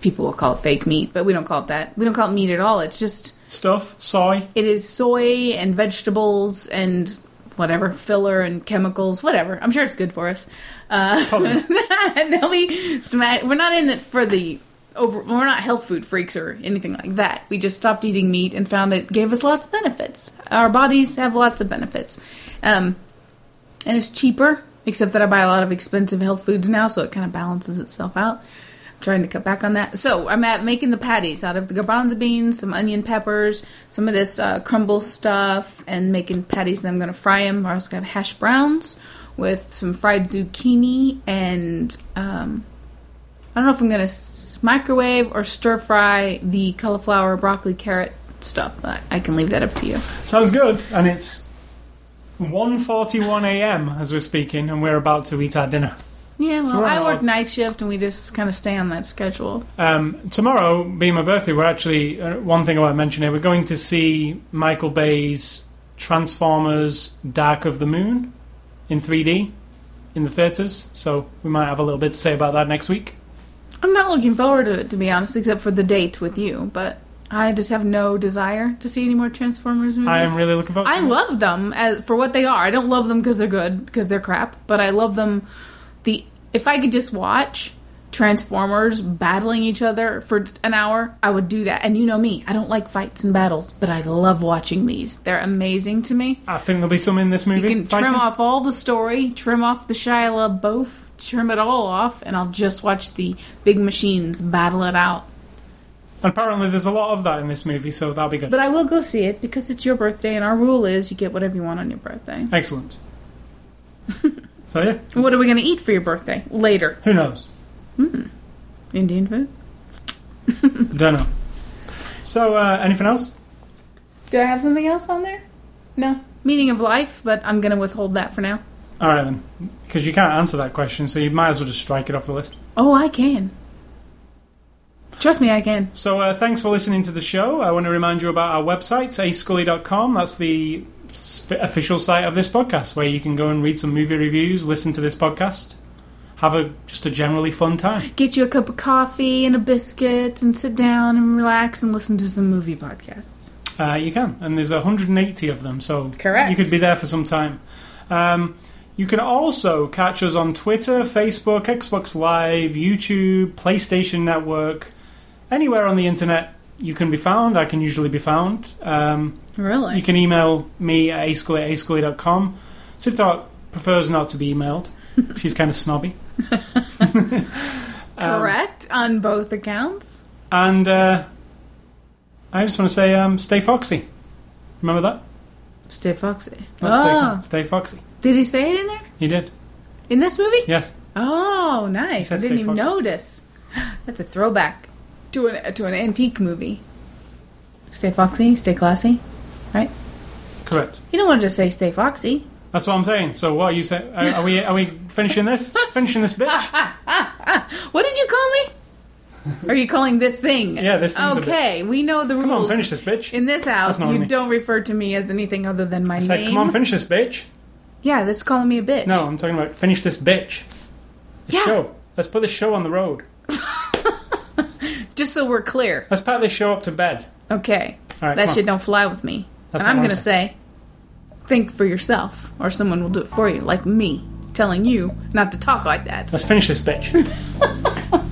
Speaker 2: People will call it fake meat, but we don't call it that. We don't call it meat at all. It's just
Speaker 1: Stuff, soy,
Speaker 2: It is soy and vegetables and whatever filler and chemicals, whatever. I'm sure it's good for us. Uh,
Speaker 1: Probably.
Speaker 2: and they'll be sma We're not in it for the over. We're not health food freaks or anything like that. We just stopped eating meat and found it gave us lots of benefits. Our bodies have lots of benefits, um, and it's cheaper. Except that I buy a lot of expensive health foods now, so it kind of balances itself out. I'm trying to cut back on that. So I'm at making the patties out of the garbanzo beans, some onion peppers, some of this uh, crumble stuff, and making patties. And I'm going to fry them. Or else going to have hash browns with some fried zucchini and um, I don't know if I'm gonna s- microwave or stir fry the cauliflower, broccoli, carrot stuff. I, I can leave that up to you.
Speaker 1: Sounds good, and it's 1.41 a.m. as we're speaking, and we're about to eat our dinner.
Speaker 2: Yeah, well,
Speaker 1: we're
Speaker 2: I
Speaker 1: not-
Speaker 2: work night shift and we just kind of stay on that schedule.
Speaker 1: Um, tomorrow, being my birthday, we're actually uh, one thing I won't mention here. We're going to see Michael Bay's Transformers: Dark of the Moon in 3D in the theaters. So we might have a little bit to say about that next week.
Speaker 2: I'm not looking forward to it, to be honest, except for the date with you. But I just have no desire to see any more Transformers movies.
Speaker 1: I am really looking forward. to
Speaker 2: I
Speaker 1: it.
Speaker 2: love them as, for what they are. I don't love them because they're good, because they're crap. But I love them. The if I could just watch Transformers battling each other for an hour, I would do that. And you know me, I don't like fights and battles, but I love watching these. They're amazing to me.
Speaker 1: I think there'll be some in this movie.
Speaker 2: You can
Speaker 1: Fighting.
Speaker 2: trim off all the story, trim off the Shia LaBeouf, trim it all off, and I'll just watch the big machines battle it out.
Speaker 1: And apparently, there's a lot of that in this movie, so that'll be good.
Speaker 2: But I will go see it because it's your birthday, and our rule is you get whatever you want on your birthday.
Speaker 1: Excellent. so yeah,
Speaker 2: What are we going to eat for your birthday later?
Speaker 1: who knows?
Speaker 2: Indian food?
Speaker 1: Don't know. So uh, anything else?
Speaker 2: Do I have something else on there? No. Meaning of life, but I'm going to withhold that for now.
Speaker 1: All right then, because you can't answer that question, so you might as well just strike it off the list.
Speaker 2: Oh, I can. Trust me, I can.
Speaker 1: So uh, thanks for listening to the show. I want to remind you about our website, ascully.com. That's the s- official site of this podcast, where you can go and read some movie reviews, listen to this podcast, have a just a generally fun time.
Speaker 2: Get you a cup of coffee and a biscuit and sit down and relax and listen to some movie podcasts.
Speaker 1: Uh, you can, and there's 180 of them, so
Speaker 2: Correct.
Speaker 1: You could be there for some time. Um, you can also catch us on Twitter, Facebook, Xbox Live, YouTube, PlayStation Network, anywhere on the internet. You can be found. I can usually be found. Um,
Speaker 2: Really?
Speaker 1: you can email me at ascully at ascully.com. Sitar prefers not to be emailed. She's kind of snobby. Um,
Speaker 2: Correct on both accounts.
Speaker 1: And uh, I just want to say, um, stay foxy. Remember that?
Speaker 2: Stay foxy.
Speaker 1: Not
Speaker 2: Oh,
Speaker 1: stay, stay foxy.
Speaker 2: did he say it in there?
Speaker 1: He did.
Speaker 2: In this movie?
Speaker 1: Yes.
Speaker 2: Oh,
Speaker 1: He
Speaker 2: nice.
Speaker 1: said
Speaker 2: I didn't
Speaker 1: stay
Speaker 2: even
Speaker 1: foxy.
Speaker 2: notice. That's a throwback to an to an antique movie. Stay foxy, stay classy.
Speaker 1: Correct.
Speaker 2: You don't want to just say stay foxy.
Speaker 1: That's what I'm saying. So what are you saying? Are, are we are we finishing this? finishing this bitch?
Speaker 2: What did you call me? Are you calling this thing?
Speaker 1: Yeah, this thing's a bit-
Speaker 2: Okay, we know the
Speaker 1: Come on,
Speaker 2: rules.
Speaker 1: finish this bitch.
Speaker 2: In this
Speaker 1: That's
Speaker 2: house,
Speaker 1: not
Speaker 2: you
Speaker 1: me.
Speaker 2: don't refer to me as anything other than my
Speaker 1: I said,
Speaker 2: name.
Speaker 1: come on, finish this bitch.
Speaker 2: yeah, that's calling me a bitch.
Speaker 1: No, I'm talking about finish this bitch. This
Speaker 2: Yeah.
Speaker 1: show. Let's put this show on the road.
Speaker 2: Just so we're clear.
Speaker 1: Let's pack this show up to bed.
Speaker 2: Okay.
Speaker 1: All right,
Speaker 2: that
Speaker 1: come on.
Speaker 2: shit don't fly with me.
Speaker 1: That's
Speaker 2: and I'm
Speaker 1: not what
Speaker 2: gonna
Speaker 1: I'm
Speaker 2: say, think for yourself, or someone will do it for you, like me telling you not to talk like that.
Speaker 1: Let's finish this bitch.